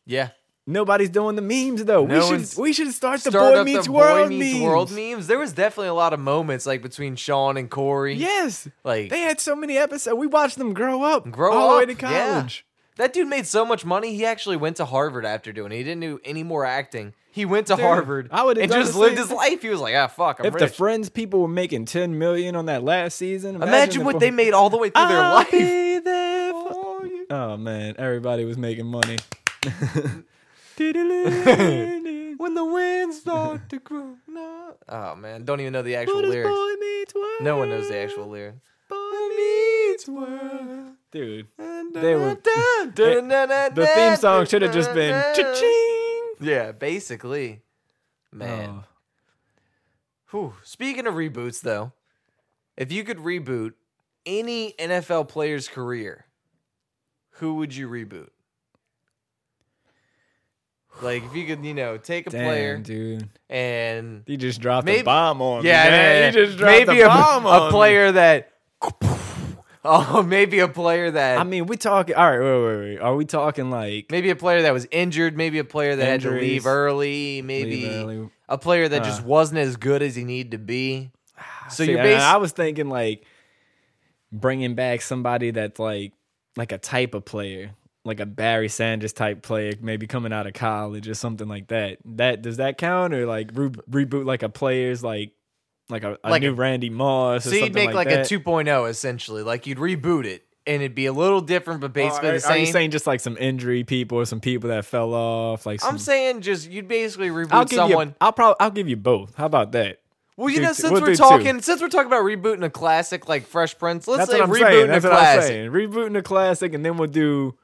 Yeah,
Nobody's doing the memes though.
No
we
one's-
should we should start the
Start
Boy
up
Meets
the
World
Boy Meets
memes.
World memes. There was definitely a lot of moments like between Sean and Corey.
Yes,
like
they had so many episodes. We watched them grow up,
Grow
all the way
up,
to
yeah.
college.
that dude made so much money. He actually went to Harvard after doing it. He didn't do any more acting. He went to Harvard.
I would've
and
done
just
the
lived
same
his life. He was like, ah, fuck, I'm
If the
rich.
Friends people were making ten million on that last season, imagine,
Imagine
the
what
Boy-
they made all the way through their
I'll
life. [laughs]
be there for you. Oh man, everybody was making money. Doodle-oo.
When the winds [laughs] start to grow. No. Oh man, don't even know the actual
What is
lyrics.
Boy Meets World?
No one knows the actual lyrics.
Boy Meets World. Dude, they were,
[laughs]
the
the
theme song should have just been cha-ching.
Yeah, basically. Man.
Oh.
Whew. Speaking of reboots though, if you could reboot any NFL player's career, who would you reboot? Like if you could, you know, take a
Damn,
player
dude.
and
He just dropped a
Maybe-
bomb on me.
yeah,
man.
yeah, yeah.
He just dropped
maybe
a
a,
bomb
a
on me.
player that. [laughs] Oh, maybe a player that.
I mean, we talking. All right, wait, wait, wait. Are we talking like
maybe a player that was injured. Maybe a player that had to
Injuries.
leave early. Maybe
leave early?
a player that just
Uh.
wasn't as good as he needed to be. So
Ah, See,
you're
and
basically
I was thinking like bringing back somebody that's like like a type of player, like a Barry Sanders type player, maybe coming out of college or something like that. That does that count or like re- reboot like a player's like like a, a
Like
new
a-
Randy Moss or
so you'd
something
make like, a
that?
2.0 essentially. Like you'd reboot it, and it'd be a little different, but
Or
basically
are,
the
Oh, are
same.
you saying just like some injury people or some people that fell off? Like some,
I'm saying just you'd basically reboot
I'll give
someone.
you. I'll probably I'll give you both. How about that?
Well, you
do
know,
two-
since
we'll
we're
do two.
talking, since we're talking about rebooting a classic like Fresh Prince, let's
That's
say
what I'm
rebooting
saying.
a
That's what I'm
classic.
saying. Rebooting a classic, and then we'll do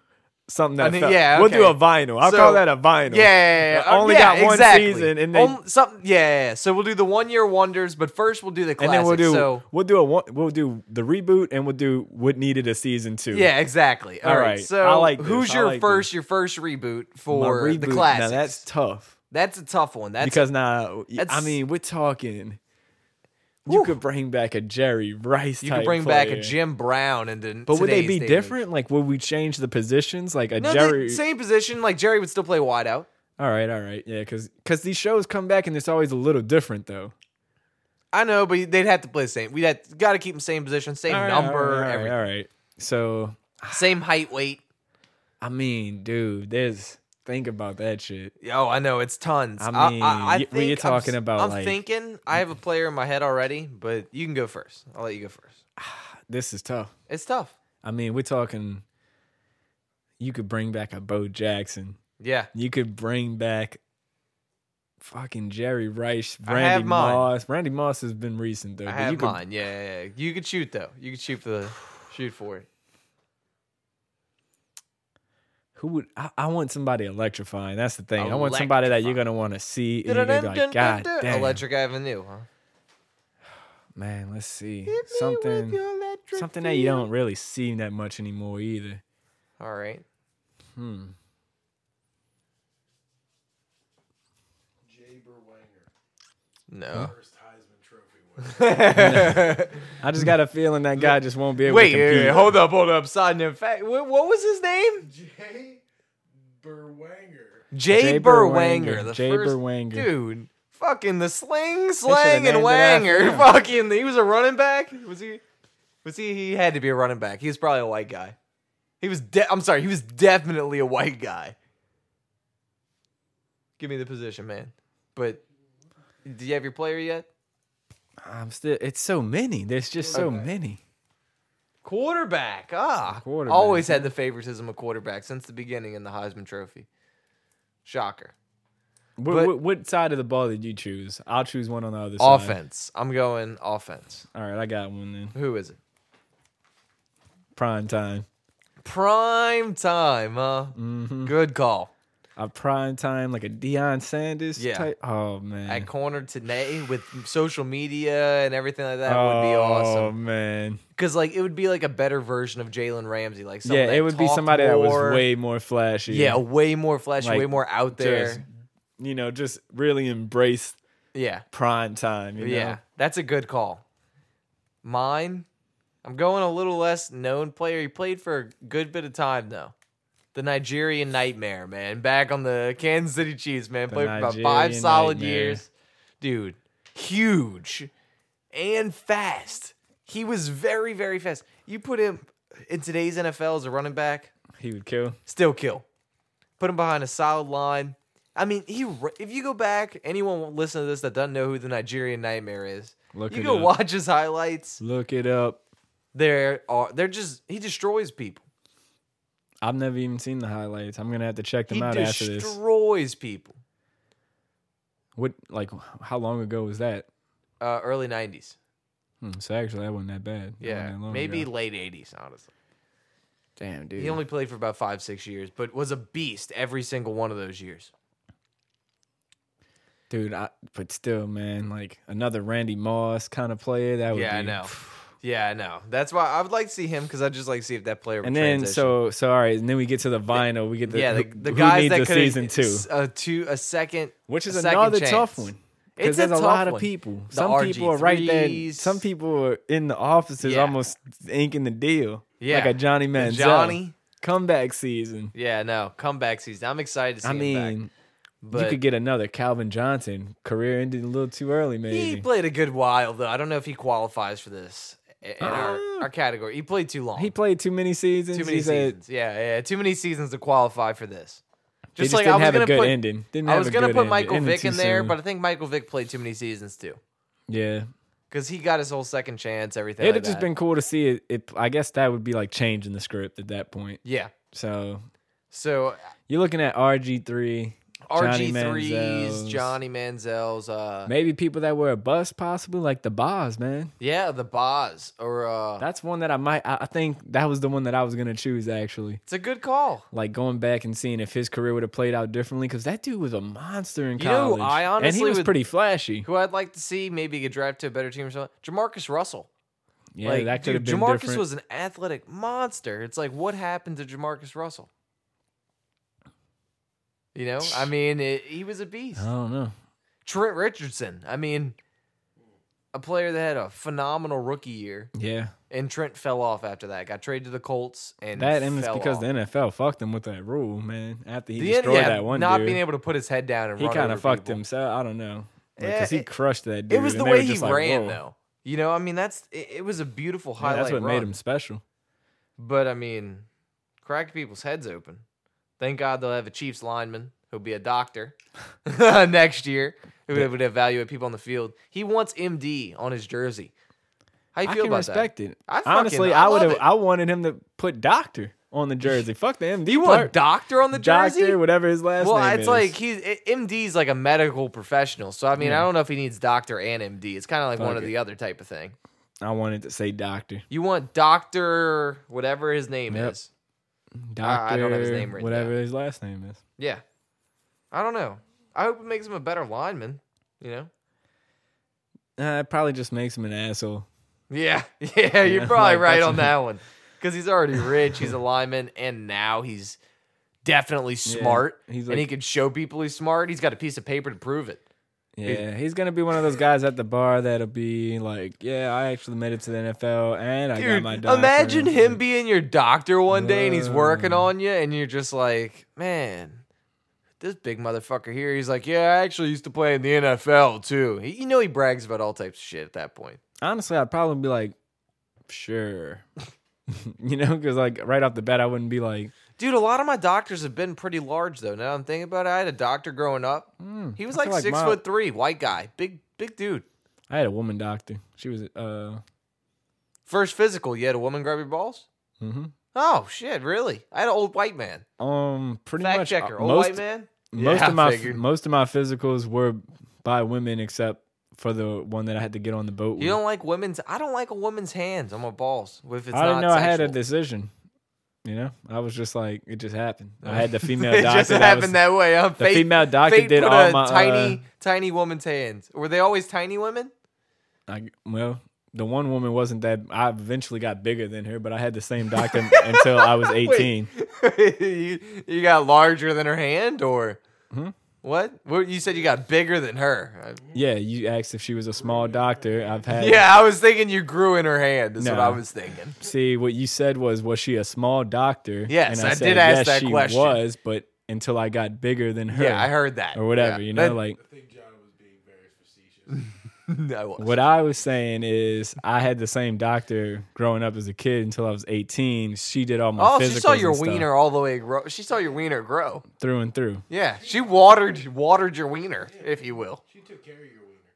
something that.
I mean,
felt-
yeah,
We'll do
okay.
a vinyl. I'll
So-
call that a vinyl.
Yeah, yeah, yeah, Uh,
I
yeah.
only
Yeah,
got one
exactly.
season, and then
Only- something. Yeah, yeah, yeah. So we'll do the one year wonders, but first we'll do the
and
classic.
then we'll do
So
we'll do a one, we'll do the reboot, and we'll do what needed a season two.
yeah, exactly. All
All
right.
right.
So
I like this.
who's
I
your
like
first your first reboot
My
for
reboot,
the classics?
Now that's tough
that's a tough one. That's
because now I
that's-
mean we're talking. You
Whew.
could bring back a Jerry Rice.
you could
type
bring back a
player.
Jim Brown and then.
But would they be different? Like, would we change the positions? Like a
No, they-
Jerry.
same position. Like Jerry would still play wideout.
All right, all right, yeah, because because these shows come back and it's always a little different though.
I know, but they'd have to play the same. We'd have got to keep them same position, same
All right, all
number,
right, all right,
everything.
All right. So
Same height, weight.
I mean, dude, there's think about that shit.
Oh, I know it's tons.
I mean,
I,
y- well, you're
think I'm s-
talking about,
I'm
like-
thinking. I have a player in my head already, but you can go first. I'll let you go first.
This is tough.
It's tough.
I mean, we're talking. You could bring back a Bo Jackson.
Yeah,
You could bring back fucking Jerry Rice,
I
Randy
have mine.
Moss. Randy Moss has been recent though.
I
but
have
you could,
mine. Yeah, yeah, yeah. you could shoot though. You could shoot for the shoot for it.
[sighs] Who would I, I want somebody electrifying? That's the thing. I want somebody that you're gonna want to see. And you're gonna be like, God damn,
Electric Avenue, huh?
man. Let's see something. Something that you don't really see that much anymore either.
All right.
Hmm.
Jaber Wanger,
No.
first Heisman Trophy winner.
[laughs]
[laughs] I just got a feeling that guy just won't be able
Wait,
to compete.
wait, wait, hold up, hold up. Side note, fact, what, what was his name?
Jay Berwanger.
Jay
Jay
Burwanger.
Burwanger,
the
Jay
first
Burwanger.
dude. Fucking the sling, slang, and
named it after
wanger. [laughs]
him.
Fucking, he was a running back. Was he? Was he? He had to be a running back. He was probably a white guy. He was. De- I'm sorry. He was definitely a white guy. Give me the position, man. But do you have your player yet?
I'm still. It's so many. There's just so many.
Quarterback. Ah,
Quarterback,
always had the favoritism of quarterback since the beginning in the Heisman Trophy. Shocker.
What,
But-
what, what side of the ball did you choose? I'll choose one on the other side.
Offense. I'm going offense.
All right, I got one then.
Who is it?
Prime time.
Prime time, huh?
Mm-hmm.
Good call.
A prime time like a Deion Sanders
Yeah.
type. Oh man.
At corner today with social media and everything like that
oh,
would be awesome.
man.
Because like it would be like a better version of Jalen Ramsey. Like someone
Yeah,
that
it would be
talked
somebody that
more.
was way more flashy.
yeah way more flashy,
Like,
way more out there.
Just, you know, just really embrace
yeah,
prime time. You know?
yeah, that's a good call. Mine, I'm going a little less known player. He played for a good bit of time though. The Nigerian Nightmare, man, back on the Kansas City Chiefs, man, played for about five
Nigerian
solid
Nightmare.
years, dude. Huge and fast. He was very, very fast. You put him in today's NFL as a running back,
He would kill.
still kill. Put him behind a solid line. I mean, he. ra- If you go back, anyone listening to this that doesn't know who the Nigerian Nightmare is,
Look
you
it
go
up.
watch his highlights.
Look it up.
There are they're just he destroys people.
I've never even seen the highlights. I'm gonna have to check them
He
out after this.
destroys people.
What like how long ago was that?
Uh, early nineties,
Hmm, so actually that wasn't that bad. That
yeah,
wasn't that long
maybe
ago.
late eighties. Honestly,
damn dude.
he only played for about five six years, but was a beast every single one of those years.
Dude, I, but still, man, like another Randy Moss kind of player. That would
Yeah, I
be,
know. Yeah, I know. That's why I would like to see him because I just like to see if that player. would
And then
transition.
so so all right, and then we get to the vinyl. We get the
yeah, the,
who-
the
who
guys
needs
that
a
could
season two,
a uh, two a second,
which is
a second
another
chance.
tough one. Because
It's a
there's a,
tough
lot
one.
of people.
The
Some people are right there.
RG3s.
Some people are in the offices,
Yeah.
almost inking the deal.
Yeah.
like a Johnny
The
Manziel
Johnny.
comeback season.
Yeah, no comeback season. I'm excited to see
I
him
mean,
back. But
you could get another Calvin Johnson. Career ended a little too early, maybe.
he played a good while though. I don't know if he qualifies for this in our,
Ah.
our category. He played too long.
He played too many seasons.
too many
He said
seasons. Yeah, yeah, too many seasons to qualify for this.
They
Just
just
like
didn't
I was
have
gonna
a good
put,
ending. Didn't
I
have
was
a
gonna
good
put
ending.
Michael
Ended
Vick
too
in there,
soon.
but I think Michael Vick played too many seasons too
yeah,
because he got his whole second chance. Everything.
it'd
like
have just
that.
been cool to see it, it. I guess that would be like changing the script at that point.
yeah.
So
So
you're looking at RG three,
RG threes,
Manziel's,
Johnny Manziel's. Uh,
maybe people that were a bust, possibly like the Boz man.
Yeah, the Boz or uh,
That's one that I might. I I think that was the one that I was gonna choose actually.
it's a good call.
Like going back and seeing if his career would have played out differently, because that dude was a monster in
You know who
college.
I
and he
honestly
was
would-
pretty flashy.
Who I'd like to see maybe get drafted to a better team or something. Jamarcus Russell.
Yeah,
like,
that could have
dude,
been
Jamarcus
different.
was an athletic monster. It's like what happened to Jamarcus Russell? You know, I mean, it, he was a beast.
I don't know.
Trent Richardson. I mean, a player that had a phenomenal rookie year,
Yeah,
and Trent fell off after that. Got traded to the Colts, and
that and it's
fell
because
off.
the NFL fucked him with that rule, man. After he
The end-
destroyed
yeah,
that one,
not
dude.
being able to put his head down and
he
run
kind
over
of fucked
people.
himself. I don't know
Yeah,
because he
it-
crushed that dude.
It was
and
the
they were
way he
just like,
ran,
"Whoa."
though. You know, I mean, that's it, it was a beautiful
Yeah,
highlight.
that's what made
run.
him special.
But I mean, cracked people's heads open. Thank God they'll have a Chiefs lineman who'll be a
[laughs]
doctor [laughs] next year who would, would evaluate people on the field. He wants MD on his jersey. How you
I
feel
can
about
respect
that?
it.
I fucking-
Honestly,
I
I would
love
have.
it.
I wanted him to put doctor on
[laughs]
the jersey. Fuck the MD.
You want doctor on the jersey?
doctor, whatever his last
well,
name
it's
is.
like he's i- MD's like a medical professional. So I mean, I don't know if he needs doctor and MD. It's kind of like one
Fuck
or
it.
the other type of thing.
I wanted to say doctor,
You want doctor whatever his name
Yep.
is.
doctor.
I don't have his name written
Whatever
down.
his last name is.
Yeah. I don't know. I hope it makes him a better lineman, you know?
Uh, it probably just makes him an asshole.
Yeah, [laughs] yeah, you're probably
like,
right
that's-
on that one. Because he's already rich, he's a lineman, and now he's definitely smart.
he's
and he
like-
can show people he's smart. He's got a piece of paper to prove it.
Yeah, he's gonna be one of those guys at the bar that'll be like, "Yeah, I actually made it to the NFL, and I got
Dude,
my doctor."
imagine him being your doctor one day and he's working
Whoa.
on you, and you're just like, man, This big motherfucker here, he's like, yeah, I actually used to play in the NFL too. He, you know, he brags about all types of shit at that point.
Honestly, I'd probably be like, sure. [laughs] you know, because like right off the bat, I wouldn't be like,
Dude, a lot of my doctors have been pretty large though. Now I'm thinking about it, I had a doctor growing up. he was
I feel
like
Hmm, like
six
my-
foot three, white guy, big, big dude.
I had a woman doctor. She was, uh,
First physical, you had a woman grab your balls? Mm-hmm. Oh shit, really? I had an old white man.
um, pretty
Fact
much
checker,
uh,
old
most,
white man.
most
Yeah,
of my
figured.
most of my physicals were by women, except for the one that I had to get on the boat.
You
with.
don't like women's I don't like a woman's hands on my balls. If it's
I didn't
not
know I had a
sexual. [laughs]
decision. You know, I was just like, it just happened. I
[laughs]
had the female
it
doctor.
just
that
happened
was-
that way. huh?
the female doctor
fate
did
put
all
a
my,
tiny,
uh,
tiny woman's hands. Were they always tiny women? [laughs]
I, well, the one woman wasn't that. I eventually got bigger than her, but I had the
[laughs]
same doctor until I was eighteen.
you, you got larger than her hand, or
Hmm?
what? what? You said you got bigger than her.
Yeah, you asked if she was a small doctor. I've had.
Yeah, I was thinking you grew in her hand. Is what
No.
I was thinking.
See, what you said was, was she a small doctor?
Yes, I did
said,
ask
yes,
that
she
question.
Was, but until I got bigger than her.
Yeah, I heard that.
or whatever.
Yeah.
You
[laughs]
know,
That-
like
I think John was being very facetious.
I was.
What I was saying is, I had the same doctor growing up as a kid until I was 18. She did all my
Oh,
physicals
she saw your
and stuff
wiener all the way grow. She saw your wiener grow.
through and through.
Yeah, she watered watered your wiener, if you will.
she took care of your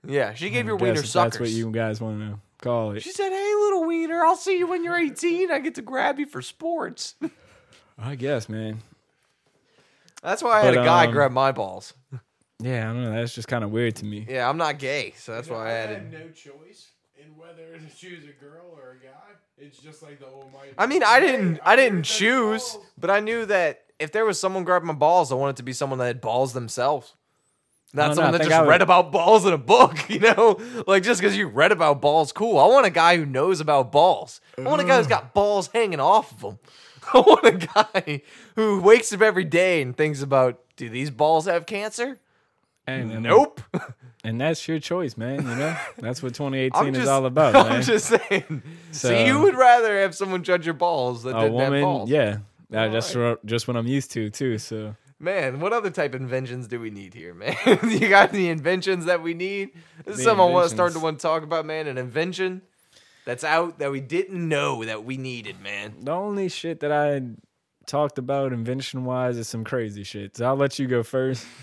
wiener.
Yeah, she gave your
Guess
wiener
if
suckers.
That's what you guys want to call it.
She said, "Hey, little wiener, I'll see you when you're 18. I get to grab you for sports."
I guess, man.
That's why I had
But,
a guy
um,
grab my balls.
Yeah, I don't know. That's just kind of weird to me.
Yeah, I'm not gay, so that's why I
I had
added.
no choice in whether to choose a girl or a guy. It's just like the almighty.
I mean, I didn't,
Hey,
I didn't
heard that
choose,
balls.
but I knew that if there was someone grabbing my balls, I wanted it to be someone that had balls themselves,
don't
not
know,
someone
I
that
think
just
I would-
read about balls in a book. [laughs] You know, like just because you read about balls, cool. I want a guy who knows about balls. I want a guy who's got balls hanging off of him. [laughs] I want a guy who wakes up every day and thinks about, do these balls have cancer?
And,
Nope.
And [laughs] that's your choice, man.
[laughs]
You know, that's what 2018
I'm
is
just,
all
[laughs]
about,
I'm
man.
just saying. So,
So-
you would rather have someone judge your balls than
a
didn't have
woman,
balls.
yeah. Nah, that's ro- just what I'm used to too. So
Man, what other type of inventions do we need here, man? [laughs] you got any inventions that we need? This is
The
something I want to
inventions.
start to want to talk about, man. An invention that's out that we didn't know that we needed, man.
the only shit that I talked about invention wise is some crazy shit. So I'll let you go first. [laughs]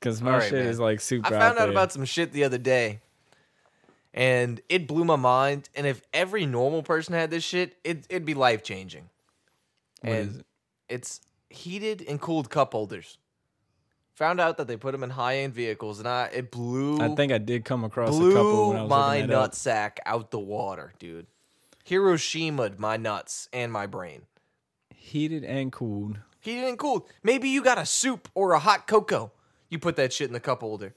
Cause my
All right,
shit
man.
is like super.
I
out
found out
there.
about some shit the other day, and it blew my mind. And if every normal person had this shit, it, it'd be life changing.
What
and
is it?
it's heated and cooled cup holders. Found out that they put them in high end vehicles, and I it blew
I think I did come across a couple when I
blew
was
my
looking that up.
nutsack out the water, dude. Hiroshima'd my nuts and my brain.
Heated and cooled.
Heated and cooled. Maybe you got a soup or a hot cocoa. You put that shit in the cup holder.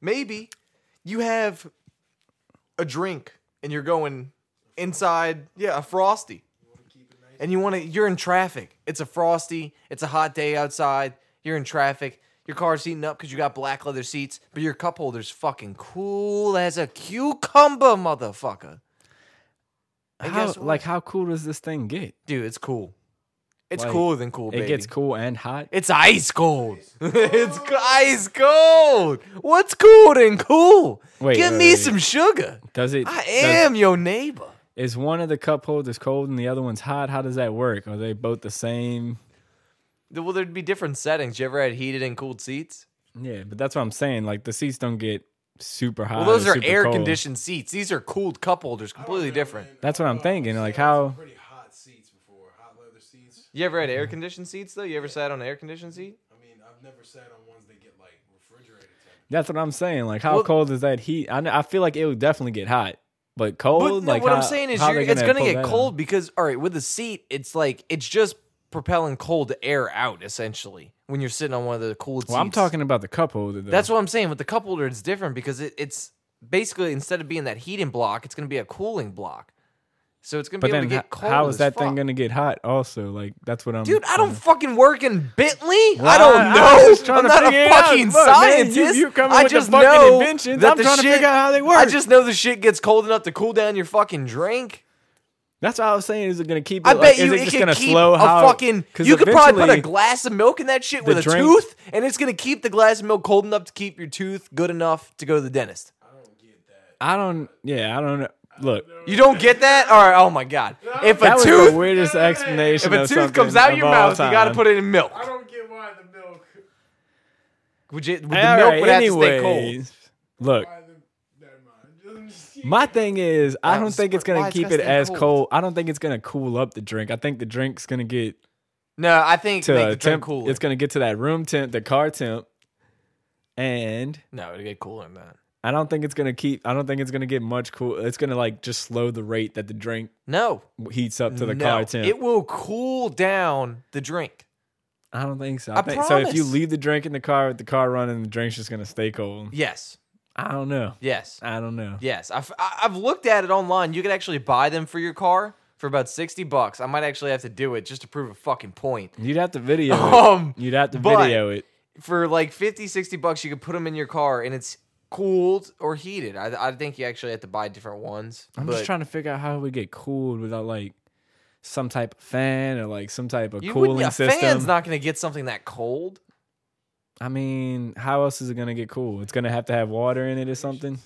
Maybe you have a drink and you're going inside, yeah, a frosty. And you want to you're in traffic. It's a frosty, it's a hot day outside. You're in traffic. Your car's heating up cuz you got black leather seats, but your cup holder's fucking cool as a cucumber, motherfucker. And
How,
guess what?
like how cool does this thing get?
Dude, it's cool. It's
Like,
cooler than cool, Oh, baby.
It gets cool and hot.
It's ice cold. [laughs] it's co- ice cold. What's cool and cool?
Wait,
Give
wait,
me
wait.
some sugar.
Does it?
I
does-
am your neighbor.
is one of the cup holders cold and the other one's hot? How does that work? Are they both the same?
Th- Well, there'd be different settings. You ever had heated and cooled seats?
Yeah, but that's what I'm saying. Like the seats don't get super hot.
Well, those
or
are
super
air
cold.
conditioned seats. These are cooled cup holders, completely different.
That's what I'm thinking. Like
I've had
how?
some Pretty hot seats before, hot leather seats.
You ever had air conditioned seats though? You ever sat on an air conditioned seat?
I mean, I've never sat on ones that get like refrigerated. type.
That's what I'm saying. Like how
Well-
cold is that heat? I, kn- I feel like it would definitely get hot, but cold.
But no,
like
what I'm
how-
saying is,
how
you're,
they
it's gonna
pull
get
that
cold
out?
because all right, with a seat, it's like it's just propelling cold air out essentially when you're sitting on one of the cooled seats.
Well, I'm talking about the cup holder. Though.
That's what I'm saying. With the cup holder, it's different because it, it's basically instead of being that heating block, it's going to be a cooling block. So it's going to
But
be able to
then,
get
h-
cold.
how is
as
that
fuck.
thing gonna get hot? Also, like that's what I'm.
Dude, I don't
trying to-
fucking work in Bentley. I
Well,
don't
I- I
know.
was just trying
I'm
to
not
figure
a
it out.
fucking
Look, man, you-
scientist.
you coming
I
with the
just
fucking
know
inventions.
that
I'm
the
trying to
shit-
figure out how they
I
work.
just know the shit gets cold enough to cool down your fucking drink.
That's what I was saying. Is it going to keep? It,
I
like,
bet
is
you
it
it
just
can
going to
keep
slow
a
how?
fucking.
'cause
You could probably put a
eventually-
glass of milk in that shit
the
with a
drink-
tooth, and it's gonna keep the glass of milk cold enough to keep your tooth good enough to go to the dentist.
I don't. Yeah, I don't. know. Look,
You don't get that? All right. Oh my god. If
that
a
was
tooth,
the weirdest
[laughs]
explanation.
if a
of
tooth comes
something
out your
of all
mouth, you gotta
time.
put it in milk.
I don't get why the milk.
Would you, would the
All
milk
right,
would have to stay cold.
anyways, Look,
Why the, never mind. Just-
my thing is, I don't
was-
think it's
why
gonna
it's
keep
gotta
it
stay
as
cold?
cold. I don't think it's gonna cool up the drink. I think the drink's gonna get
No, I think
to
make
a
the drink
temp.
cooler.
It's gonna get to that room temp, the car temp, and
no, it'll get cooler than that.
I don't think it's gonna keep. I don't think it's gonna get much cool. It's gonna like just slow the rate that the drink
No,
heats up to the
no,
car temp.
it will cool down the drink.
I don't think so.
I
think, so if you
promise.
leave the drink in the car with the car running, the drink's just gonna stay cold.
Yes,
I don't know.
yes,
I don't know.
yes. I've I- I've looked at it online. You can actually buy them for your car for about sixty bucks. I might actually have to do it just to prove a fucking point.
You'd have to video
[laughs]
it.
Um,
You'd have to
but-
video it.
For like 50, 60 bucks, you could put them in your car and it's cooled or heated. I, I think you actually have to buy different ones.
I'm just trying to figure out how we get cooled without like some type of fan or like some type of
you wouldn't-
cooling
a
system.
fan's not going to get something that cold.
I mean, how else is it gonna get cool? It's gonna have to have water in it or something.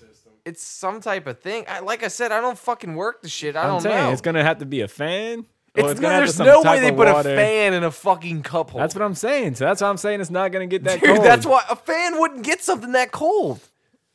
It's some type of thing. I, like I said, I don't fucking work the shit. I
I'm
don't
saying
know.
it's gonna have to be a fan. or
It's
gonna
no-
have to
there's
some
no way
type
they
of
put
water.
a fan in a fucking cup holder. [laughs]
That's what I'm saying. So that's why I'm saying it's not gonna get that
Dude,
cold.
that's why a fan wouldn't get something that cold.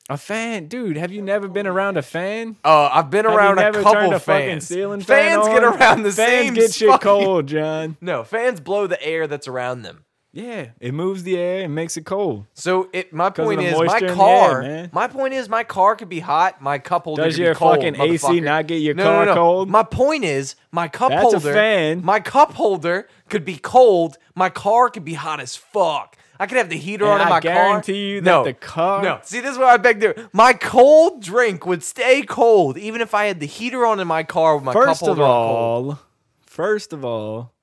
a fan, dude. Have you never been around a fan?
Uh, I've been
Have you
around a
never
couple
turned a fucking
fans.
ceiling fan
fans get
on?
around the
fans
same.
get shit
fucking-
cold, John.
[laughs] No, fans blow the air that's around them.
Yeah, it moves the air and makes it cold.
So it, my
of
point
the
is,
moisture
my
in the air,
car.
man.
my point is, my car could be hot. My cup holder
Does
could
your
be cold,
fucking AC
motherfucker.
not get your
no,
car
no, no.
cold?
My point is, my cup
That's a
holder.
fan.
My cup holder could be cold. My car could be hot as fuck. I could have the heater
And
on in
I
my car.
guarantee you that
no,
the car-
No, see, this is what I beg to. My cold drink would stay cold even if I had the heater on in my car with my
First
cup
of
holder on cold.
all, first of all,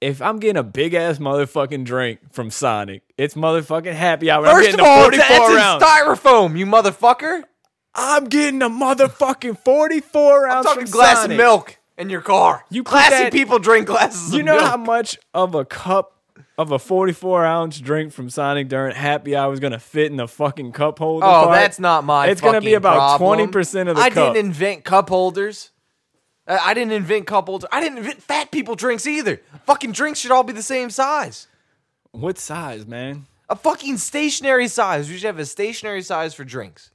if I'm getting a big ass motherfucking drink from Sonic, it's motherfucking happy hour. I'm
First
getting
of all,
a
it's,
44
it's in
ounce.
styrofoam, you motherfucker.
I'm getting a motherfucking 44 ounce
Talking
from
glass
Sonic.
of milk in your car.
You put
classy
that-
people drink glasses.
You
of
know
milk.
how much of a cup of a 44 ounce drink from Sonic during happy hour is gonna fit in the fucking cup holder?
Oh,
part?
that's not my.
It's gonna be
fucking
about
problem.
20% of the
I
cup.
didn't invent cup holders. I I didn't invent cup holders. I didn't invent fat people drinks either. Fucking drinks should all be the same size.
what size, man?
A fucking stationary size. We should have a stationary size for drinks.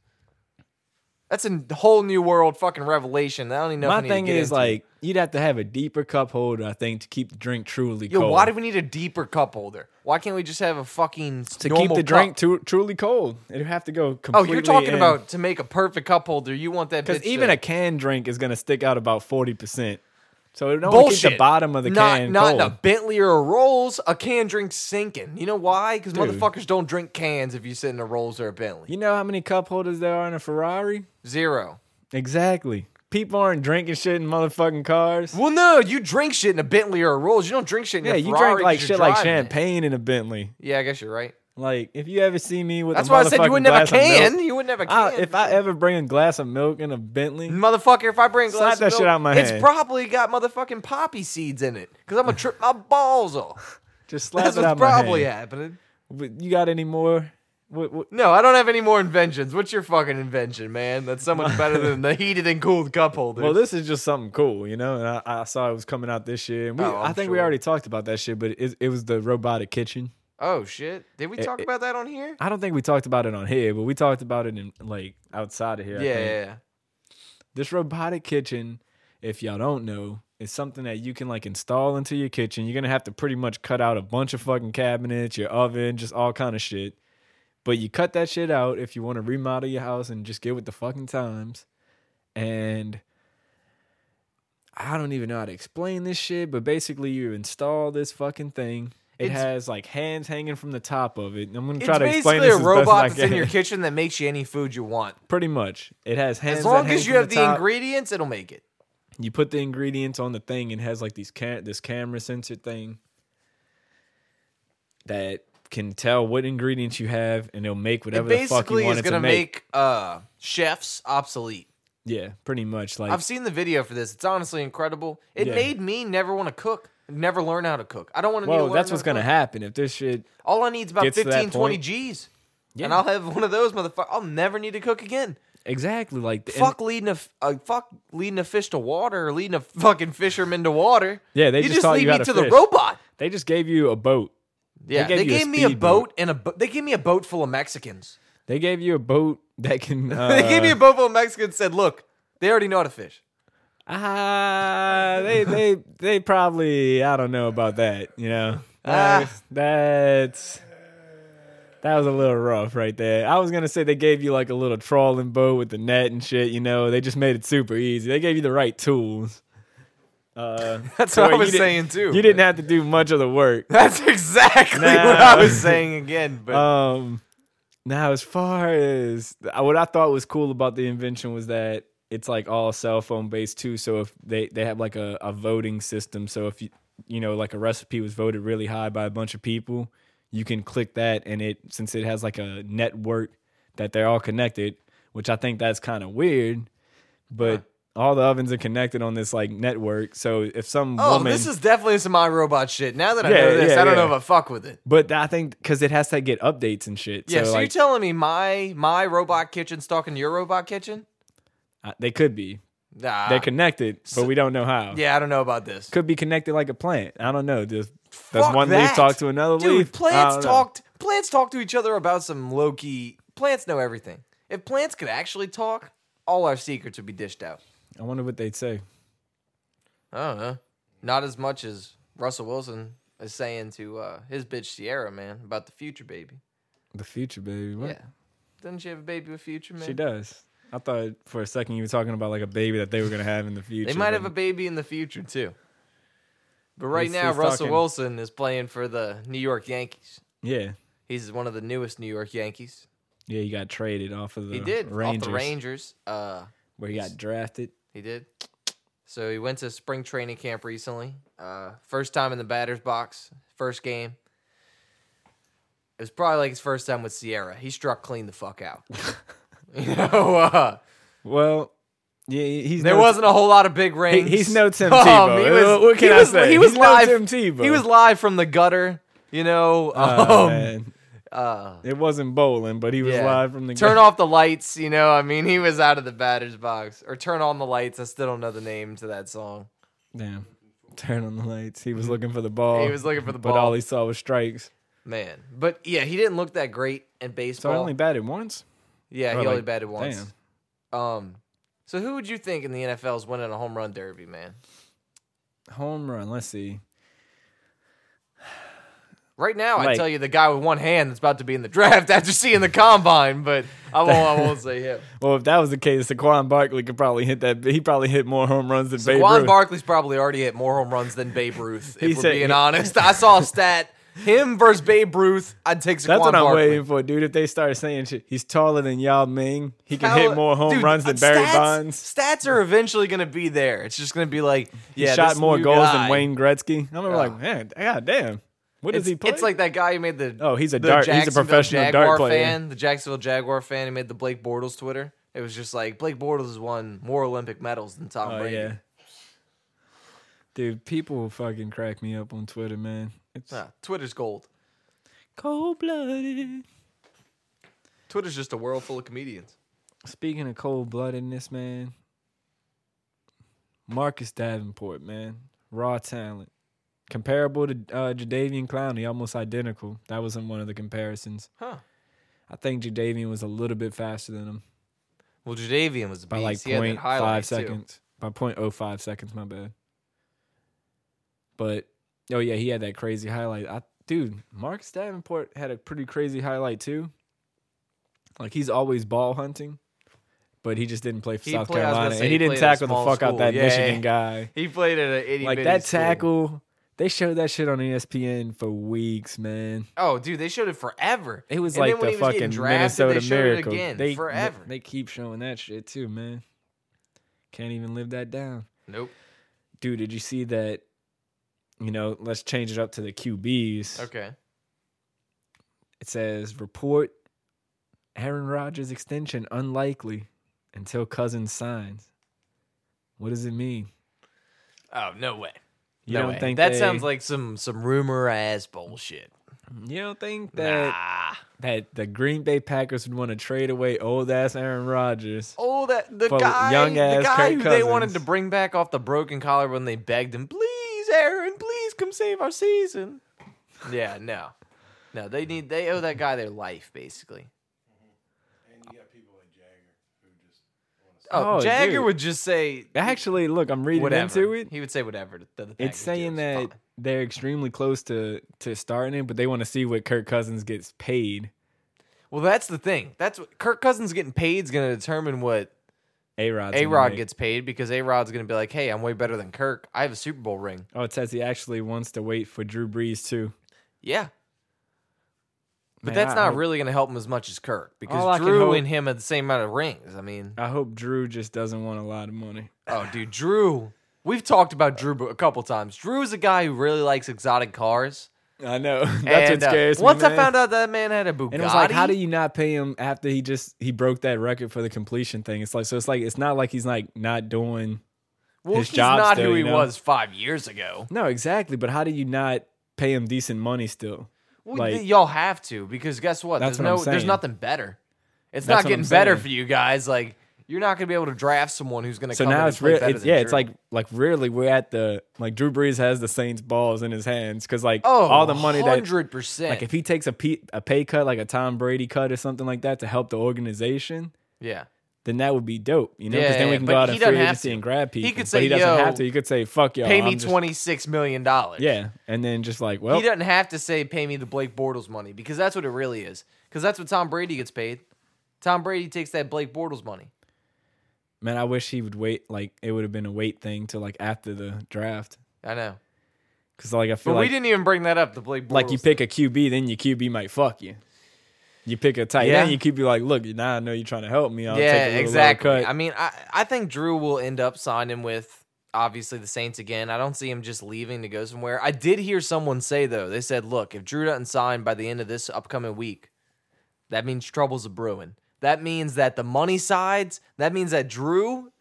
That's a whole new world fucking revelation. I don't even know.
My
if I need
thing
to get
is
into.
like you'd have to have a deeper cup holder, I think, to keep the drink truly
yo,
cold.
why do we need a deeper cup holder? Why can't we just have a fucking
to keep
normal
the drink
cup?
tru- truly cold? It'd have to go
Oh,
completely.
you're talking
in.
about to make a perfect cup holder. You want that
because
bitch
even
to-
a canned drink is gonna stick out about forty percent. So it only keep
Bullshit.
the bottom of the
not,
can
Not
cold.
a Bentley or a Rolls. A can drink's sinking. You know why? Because
Dude.
motherfuckers don't drink cans if you sit in a Rolls or a Bentley.
you know how many cup holders there are in a Ferrari?
Zero.
Exactly. People aren't drinking shit in motherfucking cars.
Well, no, you drink shit in a Bentley or a Rolls. You don't drink shit in
Yeah,
your
you
Ferrari
drink like
'cause you're
shit like
driving it.
champagne in a Bentley.
Yeah, I guess you're right.
Like if you ever see me with
That's
a
why I said you
motherfucking
wouldn't have a
glass of milk-
can. You wouldn't have a
I-
can.
if I ever bring a glass of milk in a Bentley,
Motherfucker, if I bring a
Slap
glass of
that shit
milk,
out of my
it's
hand.
probably got motherfucking poppy seeds in it because I'm gonna trip my balls off.
just [laughs] slap
That's
it out
what's
my hand.
probably happening.
But you got any more? What, what,
No, I don't have any more inventions. What's your fucking invention, man? That's so much better than
[laughs]
the heated and cooled cup holders.
well, this is just something cool, you know. And I, I saw it was coming out this year, and we,
Oh, I'm
I think we
sure.
already talked about that shit. But it, it was the robotic kitchen.
Oh shit! Did we talk
it-
about that on here?
I don't think we talked about it on here, but we talked about it in like outside of here. I
yeah,
think.
yeah, yeah.
This robotic kitchen, if y'all don't know, is something that you can like install into your kitchen. You're gonna have to pretty much cut out a bunch of fucking cabinets, your oven, just all kind of shit. But you cut that shit out if you want to remodel your house and just get with the fucking times. And I don't even know how to explain this shit, but basically you install this fucking thing. It
It's-
has like hands hanging from the top of it. And I'm gonna
It's
try to
basically
explain this
a
as best as I
robot that's in
[laughs] can.
your kitchen that makes you any food you want.
Pretty much, it has hands.
As
that
long
hang
as you
from
have the,
top.
ingredients, it'll make it.
you put the ingredients on the thing and it has like these cam- this camera sensor thing that can tell what ingredients you have and it'll make
It
whatever the fuck you
basically is
want it
gonna
to make.
make, uh, chefs obsolete.
Yeah, pretty much. Like
I've seen the video for this. It's honestly incredible. It
Yeah.
made me never want to cook, never learn how to cook. I don't want to.
Well,
learn
that's
how
what's
to
gonna
cook.
happen if this shit.
All I need is about
Gets to that
15, 20
point.
G's, and
Yeah.
I'll have one of those motherfuckers. I'll never need to cook again.
Exactly, like the- and-
fuck leading a, f- uh, fuck leading a fish to water or leading a fucking fisherman to water.
Yeah, they
you
just
just
taught
lead
you
me
how to
to the
fish.
robot.
They just gave you a boat.
Yeah, they
gave
gave,
you a
me a
speedboat.
boat and a bo- they gave me a boat full of Mexicans.
They gave you a boat that can.
[laughs]
Uh,
they gave me a boat full of Mexicans. and Said, look, they already know how to fish.
[laughs] Ah, they they they probably I don't know about that. You know, Uh,
Ah. [laughs]
that's that was a little rough right there. I was gonna say they gave you like a little trawling boat with the net and shit. You know, they just made it super easy. They gave you the right tools. Uh,
That's
so
what I
you
was
didn't-
saying too.
You didn't have to do much of the work.
[laughs] That's exactly what
Nah.
I was saying again. But
Um, now as far as uh, what I thought was cool about the invention was that it's like all cell phone based too. So if they they have like a, a voting system, so if you you know like a recipe was voted really high by a bunch of people, you can click that and it since it has like a network that they're all connected, which I think that's kind of weird, but. All the ovens are connected on this like network, so if some
oh,
woman
this is definitely some iRobot shit. Now that I
Yeah,
know this,
yeah,
I don't know
yeah.
if I fuck with it.
but I think because it has to get updates and shit.
Yeah, so,
so
you're
like,
telling me my my robot kitchen's talking to your robot kitchen?
I- they could be,
Nah.
They're connected, but we don't know how.
yeah, I don't know about this.
Could be connected like a plant. I don't know. Does, does
Fuck
one leaf
that.
talk to another
Dude,
leaf? I
plants
don't know.
talked. Plants talk to each other about some low key. Plants know everything. If plants could actually talk, all our secrets would be dished out.
I wonder what they'd say.
I don't know. Not as much as Russell Wilson is saying to uh, his bitch Sierra, man, about the future baby.
The future, baby. What?
Yeah. Doesn't she have a baby with future, man?
She does. I thought for a second you were talking about like a baby that they were gonna have in the future.
They might have a
but-
baby in the future, too. But right
He's-
now,
he's
Russell
talking-
Wilson is playing for the New York Yankees.
Yeah,
He's one of the newest New York Yankees.
yeah. He got traded off of the
He did
Uh, Rangers,
off the Rangers. Uh,
where he got drafted.
He did. So he went to spring training camp recently. Uh, first time in the batter's box, first game. It was probably like his first time with Sierra. He struck clean the fuck
[laughs]
out. you know, uh,
Well, yeah, he's
there
no-
wasn't a whole lot of big rings.
he's no
[laughs]
Tim
Um,
Tebow. What can
he
I
was,
say?
He was
He's no
live.
Tim Tebow.
He was live from the gutter. You know,
Oh,
um,
man.
uh,
it wasn't bowling, but he was
yeah.
live from the
turn off the lights. You know, I mean, he was out of the batter's box or turn on the lights. I still don't know the name to that song.
Damn. Turn on the lights. He was looking for the ball.
He was looking for the
But all
ball.
he saw was strikes.
Man, but yeah, he didn't look that great in
So
baseball.
I only batted once.
yeah,
Or
he only
like,
batted once.
damn.
Um, so who would you think in the NFL is winning a home run derby, man?
Home run. Let's see.
Right now, I
Like-
tell you the guy with one hand that's about to be in the draft [laughs] after seeing the combine, but I won't. I won't say him.
Well, if that was the case, Saquon Barkley could probably hit that. He probably hit more home runs than [laughs] Babe
Juan
Ruth.
Barkley's probably already hit more home runs than Babe Ruth.
[laughs] He
If we're
said-
being honest, I saw a stat: him versus Babe Ruth. I'd take Saquon
That's what I'm
Barkley.
waiting for, dude. If they start saying shit, he's taller than Yao Ming. He can
How-
hit more home
Dude,
runs than
uh,
Barry
stats-
Bonds.
Stats are eventually going to be there. It's just going to be like, yeah,
he shot
this
more
new
goals
guy.
than Wayne Gretzky. I remember,
Oh.
like, man, god damn, what does
It's,
he play?
it's like that guy who made the
Oh, he's a
the
dart- he's a
Jacksonville
professional dart
Jaguar
player.
fan, the Jacksonville Jaguar fan who made the Blake Bortles Twitter. It was just like Blake Bortles has won more Olympic medals than Tom
oh
Brady.
yeah, dude. People fucking crack me up on Twitter, man. It's
Nah, Twitter's gold.
cold blooded.
Twitter's just a world full of comedians.
Speaking of cold bloodedness, man, Marcus Davenport, man, raw talent, comparable to uh, Jadavian Clowney, almost identical. That was in one of the comparisons.
Huh.
I think Jadavian was a little bit faster than him
Well, Jadavian was a
by
beast.
like
he had that
point
highlight,
five
too.
seconds. By point oh five seconds, my bad. But oh yeah, he had that crazy highlight. I dude, Marcus Davenport had a pretty crazy highlight too. Like he's always ball hunting, but he just didn't play for
He
South
played- I was gonna
Carolina,
say,
and
he
he didn't
played at a
tackle the
small
fuck
school.
out that
Yeah.
Michigan guy.
He played at an itty
Like
bitty
that
school.
tackle, they showed that shit on E ESPN for weeks, man.
Oh, dude, they showed it forever.
It was
And
like
then when
the
he was getting
fucking
drafted,
Minnesota
they showed
Miracle.
It again,
they
forever.
They keep showing that shit too, man. Can't even live that down.
nope.
Dude, did you see that? You know, let's change it up to the QBs.
Okay.
It says report Aaron Rodgers extension unlikely. until Cousins signs. What does it mean?
Oh no way.
You
no
don't
way.
think
that
they-
sounds like some some rumor ass bullshit.
You don't think that
nah.
that the Green Bay Packers would want to trade away old ass Aaron Rodgers?
Oh, that the
For
guy,
young-ass
the guy
Kirk
who they wanted to
Cousins.
bring back off the broken collar when they begged him, please, Aaron, please come save our season. Yeah, no, no, they need they owe that guy their life basically.
And you got people like Jagger who just want to.
Oh,
Oh,
Jagger
dude.
would just say
Actually, look, I'm reading
whatever.
into it.
He would say whatever. To the Packers
It's
do.
saying that
fine.
they're extremely close to to starting it, but they want to see what Kirk Cousins gets paid.
Well, that's the thing. That's what Kirk Cousins getting paid is going to determine what
A Rod.
A Rod gets paid because A Rod's going to be like, hey, I'm way better than Kirk. I have a Super Bowl ring.
Oh, it says he actually wants to wait for Drew Brees too.
Yeah. But
Man,
that's
I
not
hope-
really going to help him as much as Kirk
All I
because
can
Drew
hope-
and him had the same amount of rings. I mean,
I hope Drew just doesn't want a lot of money.
oh, dude, Drew. We've talked about Drew a couple times. Drew's a guy who really likes exotic cars.
I know. [laughs] That's
and,
what
uh,
scares me.
Once I
man.
found out that man had a Bugatti,
And it was like, how do you not pay him after he just he broke that record for the completion thing? It's like so it's like it's not like he's like not doing
well,
his
he's
job
not
still,
who he
you know?
was five years ago.
No, exactly. But how do you not pay him decent money still?
Well,
Like-
y- y'all have to because guess what?
That's
There's
what I'm
no, there's
saying.
nothing better. It's
That's what
not
I'm
getting better
saying.
for you guys. Like you're not going to be able to draft someone who's going to.
So
come in
now
and
it's
play
real.
better
It's,
than
yeah, it's
Drew.
like like really we're at the like Drew Brees has the Saints balls in his hands because like
oh,
all the money that
hundred percent.
like if he takes a pe- a pay cut like a Tom Brady cut or something like that to help the organization.
yeah.
Then that would be dope, you know,
Yeah,
because then
yeah,
we can
but
go out
he
and
doesn't
free
have
agency
to.
and grab
He
people.
could
but
say,
he doesn't
"Yo,
have to. He could say, "Fuck y'all,
pay me
I'm just-
twenty six million dollars.
Yeah, and then just like, well,
He doesn't have to say pay me the Blake Bortles money because that's what it really is. Because that's what Tom Brady gets paid. Tom Brady takes that Blake Bortles money.
Man, I wish he would wait. Like it would have been a wait thing till like after the draft,
I know.
because like I feel
But we
like
didn't even bring that up, the Blake Bortles.
like you pick a QB, then your QB might fuck you. You pick a tight
Yeah.
end, your QB like, look, now I know you're trying to help me. I'll
yeah,
take a little
exactly.
lower cut.
I mean, I, I think Drew will end up signing with obviously the Saints again. I don't see him just leaving to go somewhere. I did hear someone say though, they said, look, if Drew doesn't sign by the end of this upcoming week, that means troubles are brewing. That means that the money sides, that means that Drew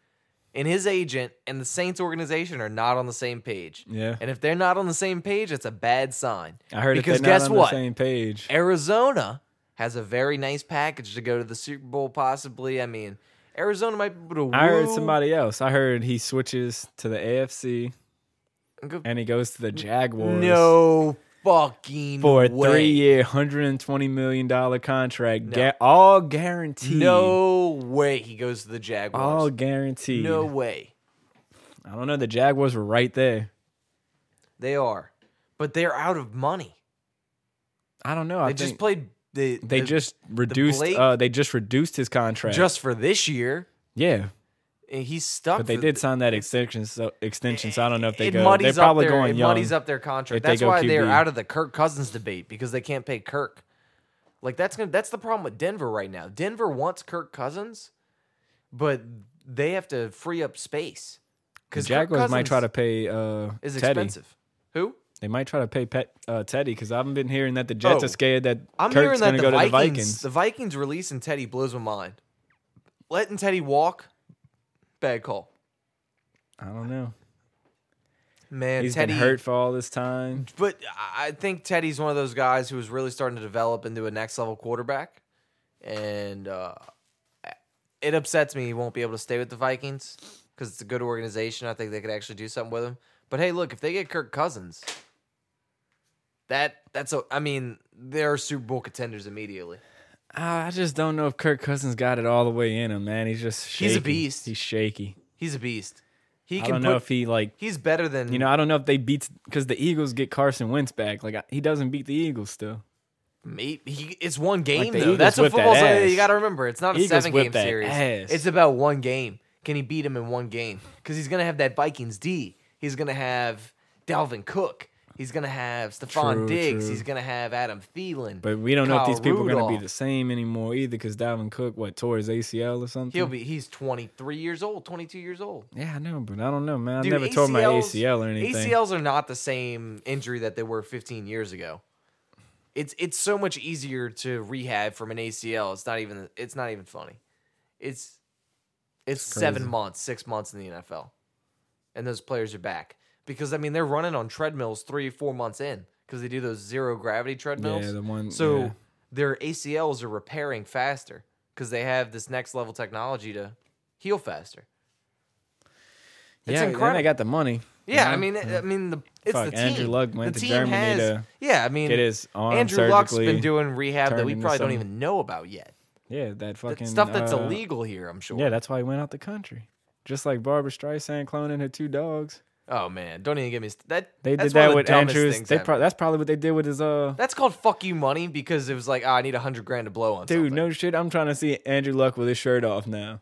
and his agent and the Saints organization are not on the same page.
Yeah.
And if they're not on the same page, it's a bad sign.
I heard
because
if they're
guess
not on
what?
the same page.
Arizona has a very nice package to go to the Super Bowl, possibly. I mean, Arizona might be able to.
I heard
woo
somebody else. I heard he switches to the AFC
and go-
and he goes to the Jaguars.
No fucking
For a
way.
three-year, hundred and twenty million dollar contract, ga- all guaranteed.
No way he goes to the Jaguars.
all guaranteed.
no way
I don't know. The Jaguars were right there.
they are, but they're out of money.
I don't know.
They
I
just
think
played. The,
they
the-
just reduced.
Blake-
uh, they just reduced his contract.
just for this year.
yeah,
and He's stuck.
but they
for-
did sign that extension. So extension. So I don't know if they
it
go.
muddies
They're probably
up their,
going
it
young.
muddies up their contract.
if they
That's
go
why they're
QB.
out of the Kirk Cousins debate because they can't pay Kirk. Like that's gonna that's the problem with Denver right now. Denver wants Kirk Cousins, but they have to free up space
The
because
Jaguars might try to pay uh,
is
Teddy.
expensive. Who?
They might try to pay Pet, uh, Teddy because I haven't been hearing that the Jets
Oh.
are scared that
I'm hearing
Kirk's
that
going
the,
to go to the
Vikings,
Vikings.
the Vikings releasing Teddy blows my mind. Letting Teddy walk, bad call.
I don't know.
Man,
He's
Teddy
been hurt for all this time.
But I- I think Teddy's one of those guys who is really starting to develop into a next level quarterback, and uh, it upsets me he won't be able to stay with the Vikings because it's a good organization. I think they could actually do something with him. But hey, look, if they get Kirk Cousins, that that's a. I mean, they're Super Bowl contenders immediately.
Ah, I just don't know if Kirk Cousins got it all the way in him, man. He's just shaky.
He's a beast.
He's shaky.
He's a beast. He
I
can
don't
put,
know if he like
he's better than
You know, I don't know if they beat because the Eagles get Carson Wentz back. Like I- he doesn't beat the Eagles still.
He, he, it's one game
Like, the
though.
Eagles
That's what
whip that
football's
ass.
You got to remember, it's not a
Eagles
seven
whip
game
that
series.
ass.
It's about one game. Can he beat him in one game? Because he's gonna have that Vikings D. He's gonna have Dalvin Cook. He's gonna have Stephon
True,
Diggs.
true.
He's gonna have Adam Thielen.
But we don't know if
Kyle
these people are going to
Rudolph.
be the same anymore either because Dalvin Cook what tore his ACL or something.
He'll be. He's twenty three years old, twenty two years old.
yeah, I know, but I don't know, man. I
Dude,
never tore my
ACLs
ACL or anything.
ACLs are not the same injury that they were 15 years ago. It's it's so much easier to rehab from an ACL. It's not even it's not even funny. It's It's seven months, six months in the NFL, and those players are back because I mean they're running on treadmills three, four months in because they do those zero gravity treadmills.
the one-
So
yeah.
their ACLs are repairing faster because they have this next level technology to heal faster.
yeah, and then
incredible.
they got the money.
Yeah,
you
I
know?
mean, I mean the it's
Fuck,
the team.
Andrew Luck went
the
to
team
Germany
has,
to
yeah. I mean,
get his arm
Andrew Luck's
surgically
been doing rehab that
turned
we
into
probably don't
some-
even know about yet.
yeah, that
That
fucking
stuff that's
uh,
illegal here, I'm sure.
Yeah, that's why he went out the country. Just like Barbara Streisand cloning her two dogs.
Oh man, don't even get me st- that.
They
that's
did that
one of the
with
dumbest
Andrews.
things
They
ever.
pro- that's probably what they did with his uh
that's called "fuck you money" because it was like, ah, I need a hundred grand to blow on.
dude.
something.
No shit. I'm trying to see Andrew Luck with his shirt off now.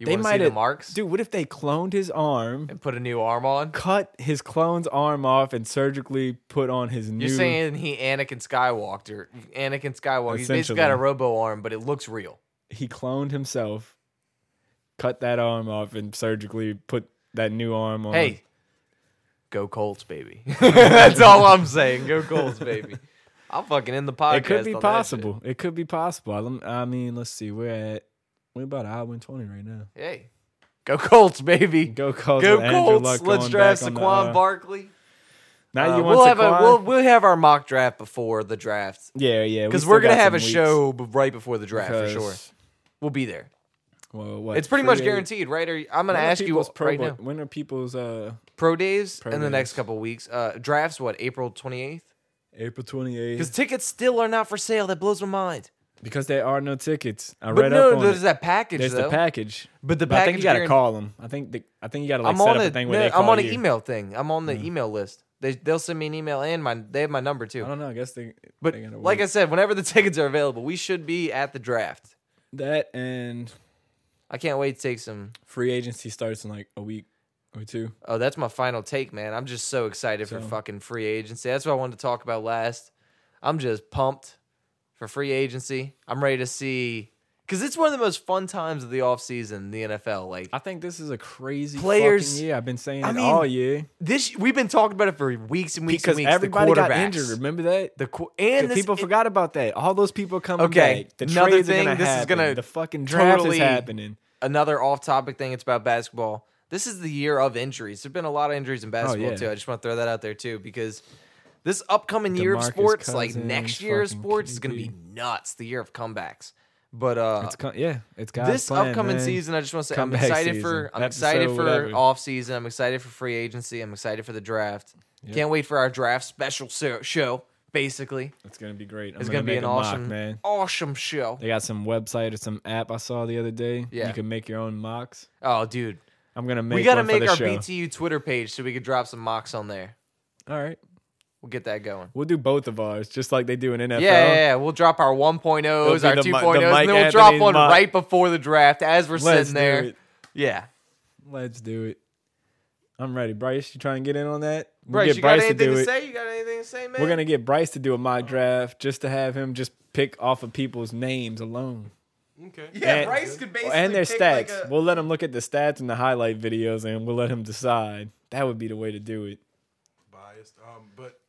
you
they
wanna see
might
the
have
marks,
Dude, what if they cloned his arm,
and put a new arm on.
cut his clone's arm off, and surgically put on his new?
You're saying he Anakin Skywalker, Anakin Skywalker. He's basically
Essentially.
got a robo arm, but it looks real.
he cloned himself, cut that arm off, and surgically put that new arm on.
Hey, go Colts, baby. [laughs] That's all I'm saying. Go Colts, baby. I'm fucking in the podcast.
it could be
on that
possible. It could be possible. I lem- I mean, let's see. We're at we're about an hour and twenty right now.
shit. Hey, go Colts, baby. Go,
Go Colts. with Andrew Luck
Colts. Let's
going
draft
back on the,
Saquon
uh,
Barkley.
Now
Uh,
you want
we'll have
Saquon?
a we'll, we'll have our mock draft before the draft
yeah, yeah. we
because
still
we are gonna
got
have a
some weeks
show b- right before the draft for sure.
because-
We'll be there.
Well, what,
It's pretty
free
much
ag-
guaranteed, right? Are, you- I'm gonna
when are
ask you
people's pro
right
bowl-
now.
When are people's uh
Pro days
Pro
in the next
days.
couple weeks. Uh, drafts what April 28th
April twenty
because
eighth?
tickets still are not for sale. That blows my mind.
Because there are no tickets. I
But
read
no,
up on
there's
it.
that package
There's
though.
the package.
But the
I think
package
you gotta
guaran-
call them. I think the, I think you gotta like
I'm
set
on
up
a,
a thing where
no,
they call
I'm on an
you. Mm.
email thing. I'm on the email list. They they'll send me an email and my they have my number
I
too.
don't know. I guess they.
But
they gotta
like I
wait.
said, whenever the [laughs] tickets are available, we should be at the draft.
that and
I can't wait to take some.
free agency starts in like a week or two.
Oh, that's my final take, man. I'm just so excited for
So-
fucking free agency. That's what I wanted to talk about last. I'm just pumped for free agency. I'm ready to see because it's one of the most fun times of the offseason in the NFL. Like
I think this is a crazy
Players-
fucking year. I've been saying
I
it
mean,
all year
this, we've been talking about it for weeks and weeks
because
and weeks.
everybody
the
got
quarterbacks.
injured. Remember that?
The qu- and
'Cause
this,
people
it-
forgot about that. All those people coming
Okay,
back. The
another
trades
thing,
Are gonna
this is
happen.
gonna
the fucking draft
totally-
is happening.
another off-topic thing. It's about basketball. This is the year of injuries. There've been a lot of injuries in basketball
Oh, yeah.
too. I just want to throw that out there too because this upcoming year of
DeMarcus
sports, like
Cousins,
next year of
fucking
sports, is going to be
KD.
nuts. The year of comebacks. But uh,
It's co- yeah, it's got
this upcoming season, I just want to say I'm
Comeback
excited
season.
for I'm
Episode
excited for
whatever.
off season. I'm excited for free agency. I'm excited for the draft. Can't wait for our draft special so- show. Basically,
It's gonna be great.
it's going to be an awesome,
man.
awesome show.
They got some website or some app I saw the other day.
Yeah.
you can make your own mocks.
Oh, dude,
I'm gonna make.
we got to
one for
make
the
our
show.
BTU Twitter page so we could drop some mocks on there.
All right,
We'll get that going.
we'll do both of ours, just like they do in NFL.
Yeah, yeah, yeah, we'll drop our 1.0s,
It'll
our
be the Mi-
2.0s,
the Mike
and then we'll drop
Anthony's
one
mock.
right before the draft as we're
Let's
sitting there.
do it.
Yeah.
Let's do it. I'm ready, Bryce. You trying to get in on that? We'll
Bryce,
get
you
Bryce
got anything to,
do it.
say? You got anything to say, man?
We're gonna get Bryce to do a mock draft just to have him just pick off of people's names alone
Okay.
yeah,
and-
Bryce could basically
and their
pick
stats.
like a-
We'll let him look at the stats and the highlight videos, and we'll let him decide. That would be the way to do it.
Biased. Um, but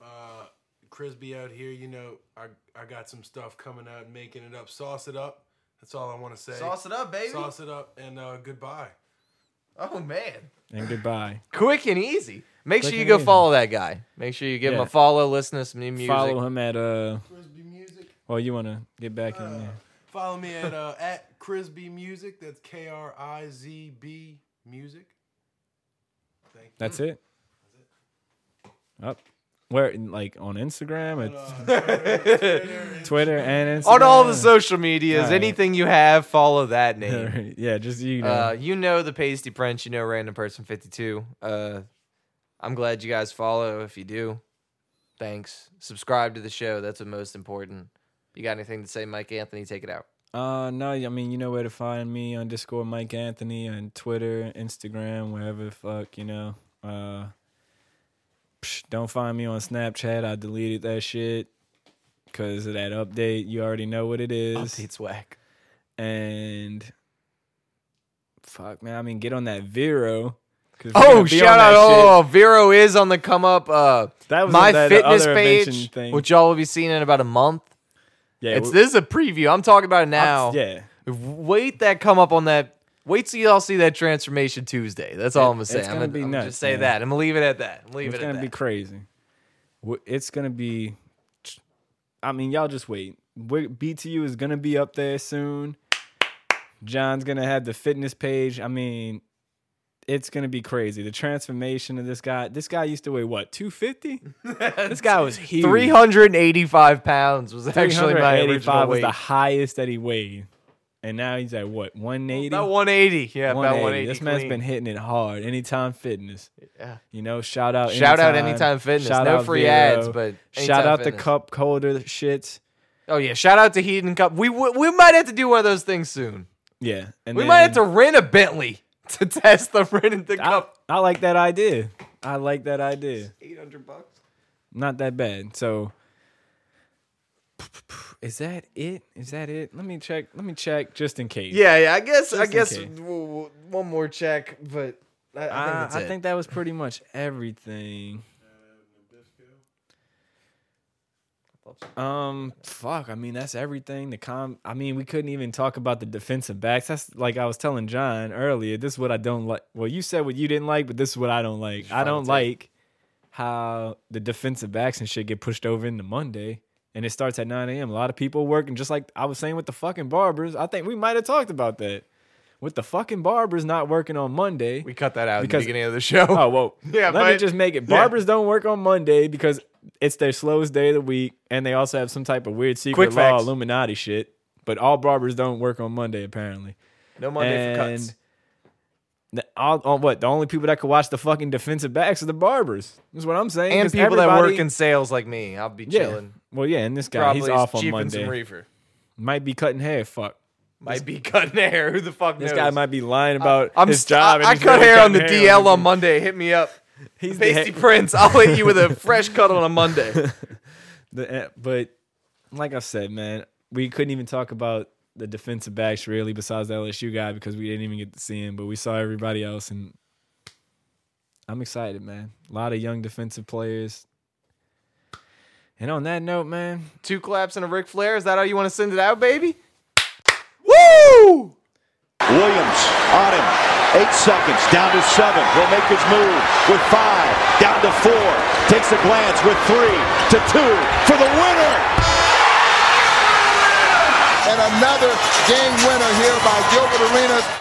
uh, Crispy out here, you know, I I got some stuff coming out, and making it up, sauce it up. That's all I want to say.
sauce it up, baby.
Sauce it up, and uh, goodbye.
Oh man.
And goodbye.
quick and easy. Make
Quick
sure you
and
go
easy.
follow that guy. Make sure you give him
Yeah.
a follow, listen to some new music.
Follow him at uh.
Crispy Music.
Well, you wanna get back in there.
Follow me at uh, at Crispy Music. That's K R I Z B Music. Thank you.
That's it. Up. Where like on Instagram or
[laughs]
Twitter and Instagram.
On all
[laughs]
the social medias,
Alright.
anything you have, follow that name.
yeah, just you know.
Uh, you know the pasty prince, you know random person 52. Uh, I'm glad you guys follow if you do. Thanks. Subscribe to the show. That's the most important. You got anything to say, Mike Anthony? Take it out.
Uh no, I mean you know where to find me underscore Mike Anthony on Twitter, Instagram, wherever the fuck you know. Uh, psh, don't find me on Snapchat. I deleted that shit because of that update. You already know what it is.
Update's whack.
And fuck man, I mean get on that Vero. 'cause we're
[laughs] Oh,
gonna be on
shout
that
out!
shit.
Oh, Vero is on the come up. Uh,
That was
my
on that
fitness
other
page,
invention thing.
which y'all will be seeing in about a month.
Yeah,
It's
we-
this is a preview. I'm talking about it now.
I'm- Yeah,
Wait that come up on that Wait till y'all see that transformation Tuesday. That's all I'm gonna
It's
say. I'm
gonna
gonna,
be
I'm
nuts,
just say
man.
that. I'm gonna leave it at that. I'm leave
It's
it at
gonna
that.
be crazy. W- It's gonna be. I mean, y'all just wait. We're, BTU is gonna be up there soon. John's gonna have the fitness page. I mean, it's gonna be crazy. The transformation of this guy. This guy used to weigh what, two fifty? this guy was huge.
385 pounds was actually my
385
original
was
weight.
the highest that he weighed, and now he's at what, one eighty?
About 180. Yeah, about 180.
This man's
clean.
been hitting it hard. Anytime fitness.
Yeah.
You know, shout out.
Shout out Anytime Fitness. No free ads, but
shout
Anytime
out the
Fitness.
cup holder shits.
Oh yeah, shout out to Heaton Cup. We, we we might have to do one of those things soon.
Yeah, and
We
then-
might have to rent a Bentley [laughs] to test the rent in the
I,
cup.
I like that idea. I like that idea.
800 bucks.
Not that bad. So, is that it? Is that it? Let me check. Let me check just in case.
Yeah, yeah. I guess I
in
guess
case.
we'll- we'll- one more check, but I, I think
I,
that's
Ah, I
it.
think that was pretty much everything. Um, fuck. I mean, that's everything. The com. I mean, we couldn't even talk about the defensive backs. That's like I was telling John earlier. This is what I don't like. Well, you said what you didn't like, but this is what I don't like. I don't like how the defensive backs and shit get pushed over into Monday, and it starts at nine a.m. A lot of people working, just like I was saying with the fucking barbers. I think we might have talked about that with the fucking barbers not working on Monday.
we cut that out at
because-
the beginning of the show. [laughs]
Oh, whoa.
Yeah,
Let me
but-
just make it. Barbers don't work on Monday because it's their slowest day of the week, and they also have some type of weird secret
Quick
law
facts.
Illuminati shit. But all barbers don't work on Monday apparently.
no Monday for
and
cuts.
the- all, on what the only people that could watch the fucking defensive backs are the barbers. That's what I'm saying.
And
'cause
people that work
everybody-
in sales like me, I'll be
yeah.
chilling.
Well, yeah, and this guy
Probably
he's
is
off on
cheaping
Monday.
some reefer.
might be cutting hair. Fuck.
Might be [laughs] cutting hair. Who the fuck
This
knows?
guy might be lying about
I'm
his
st-
job. and
I, I
he's
cut
really
hair on the
cutting hair
DL on Monday. Hit me up.
[laughs] He's the
Pasty
[laughs] head-
Prince. I'll hit you with
[laughs]
a fresh cut on a Monday.
The, eh, but like I said, man, we couldn't even talk about the defensive backs really, besides the LSU guy, because we didn't even get to see him. But we saw everybody else, and I'm excited, man. A lot of young defensive players. And on that note, man,
Two claps and a Ric Flair. Is that how you want to send it out, baby? Woo!
Williams on him. Eight seconds, down to seven. He'll make his move with five, down to four. Takes a glance with three to two for the winner.
And another game winner here by Gilbert Arenas.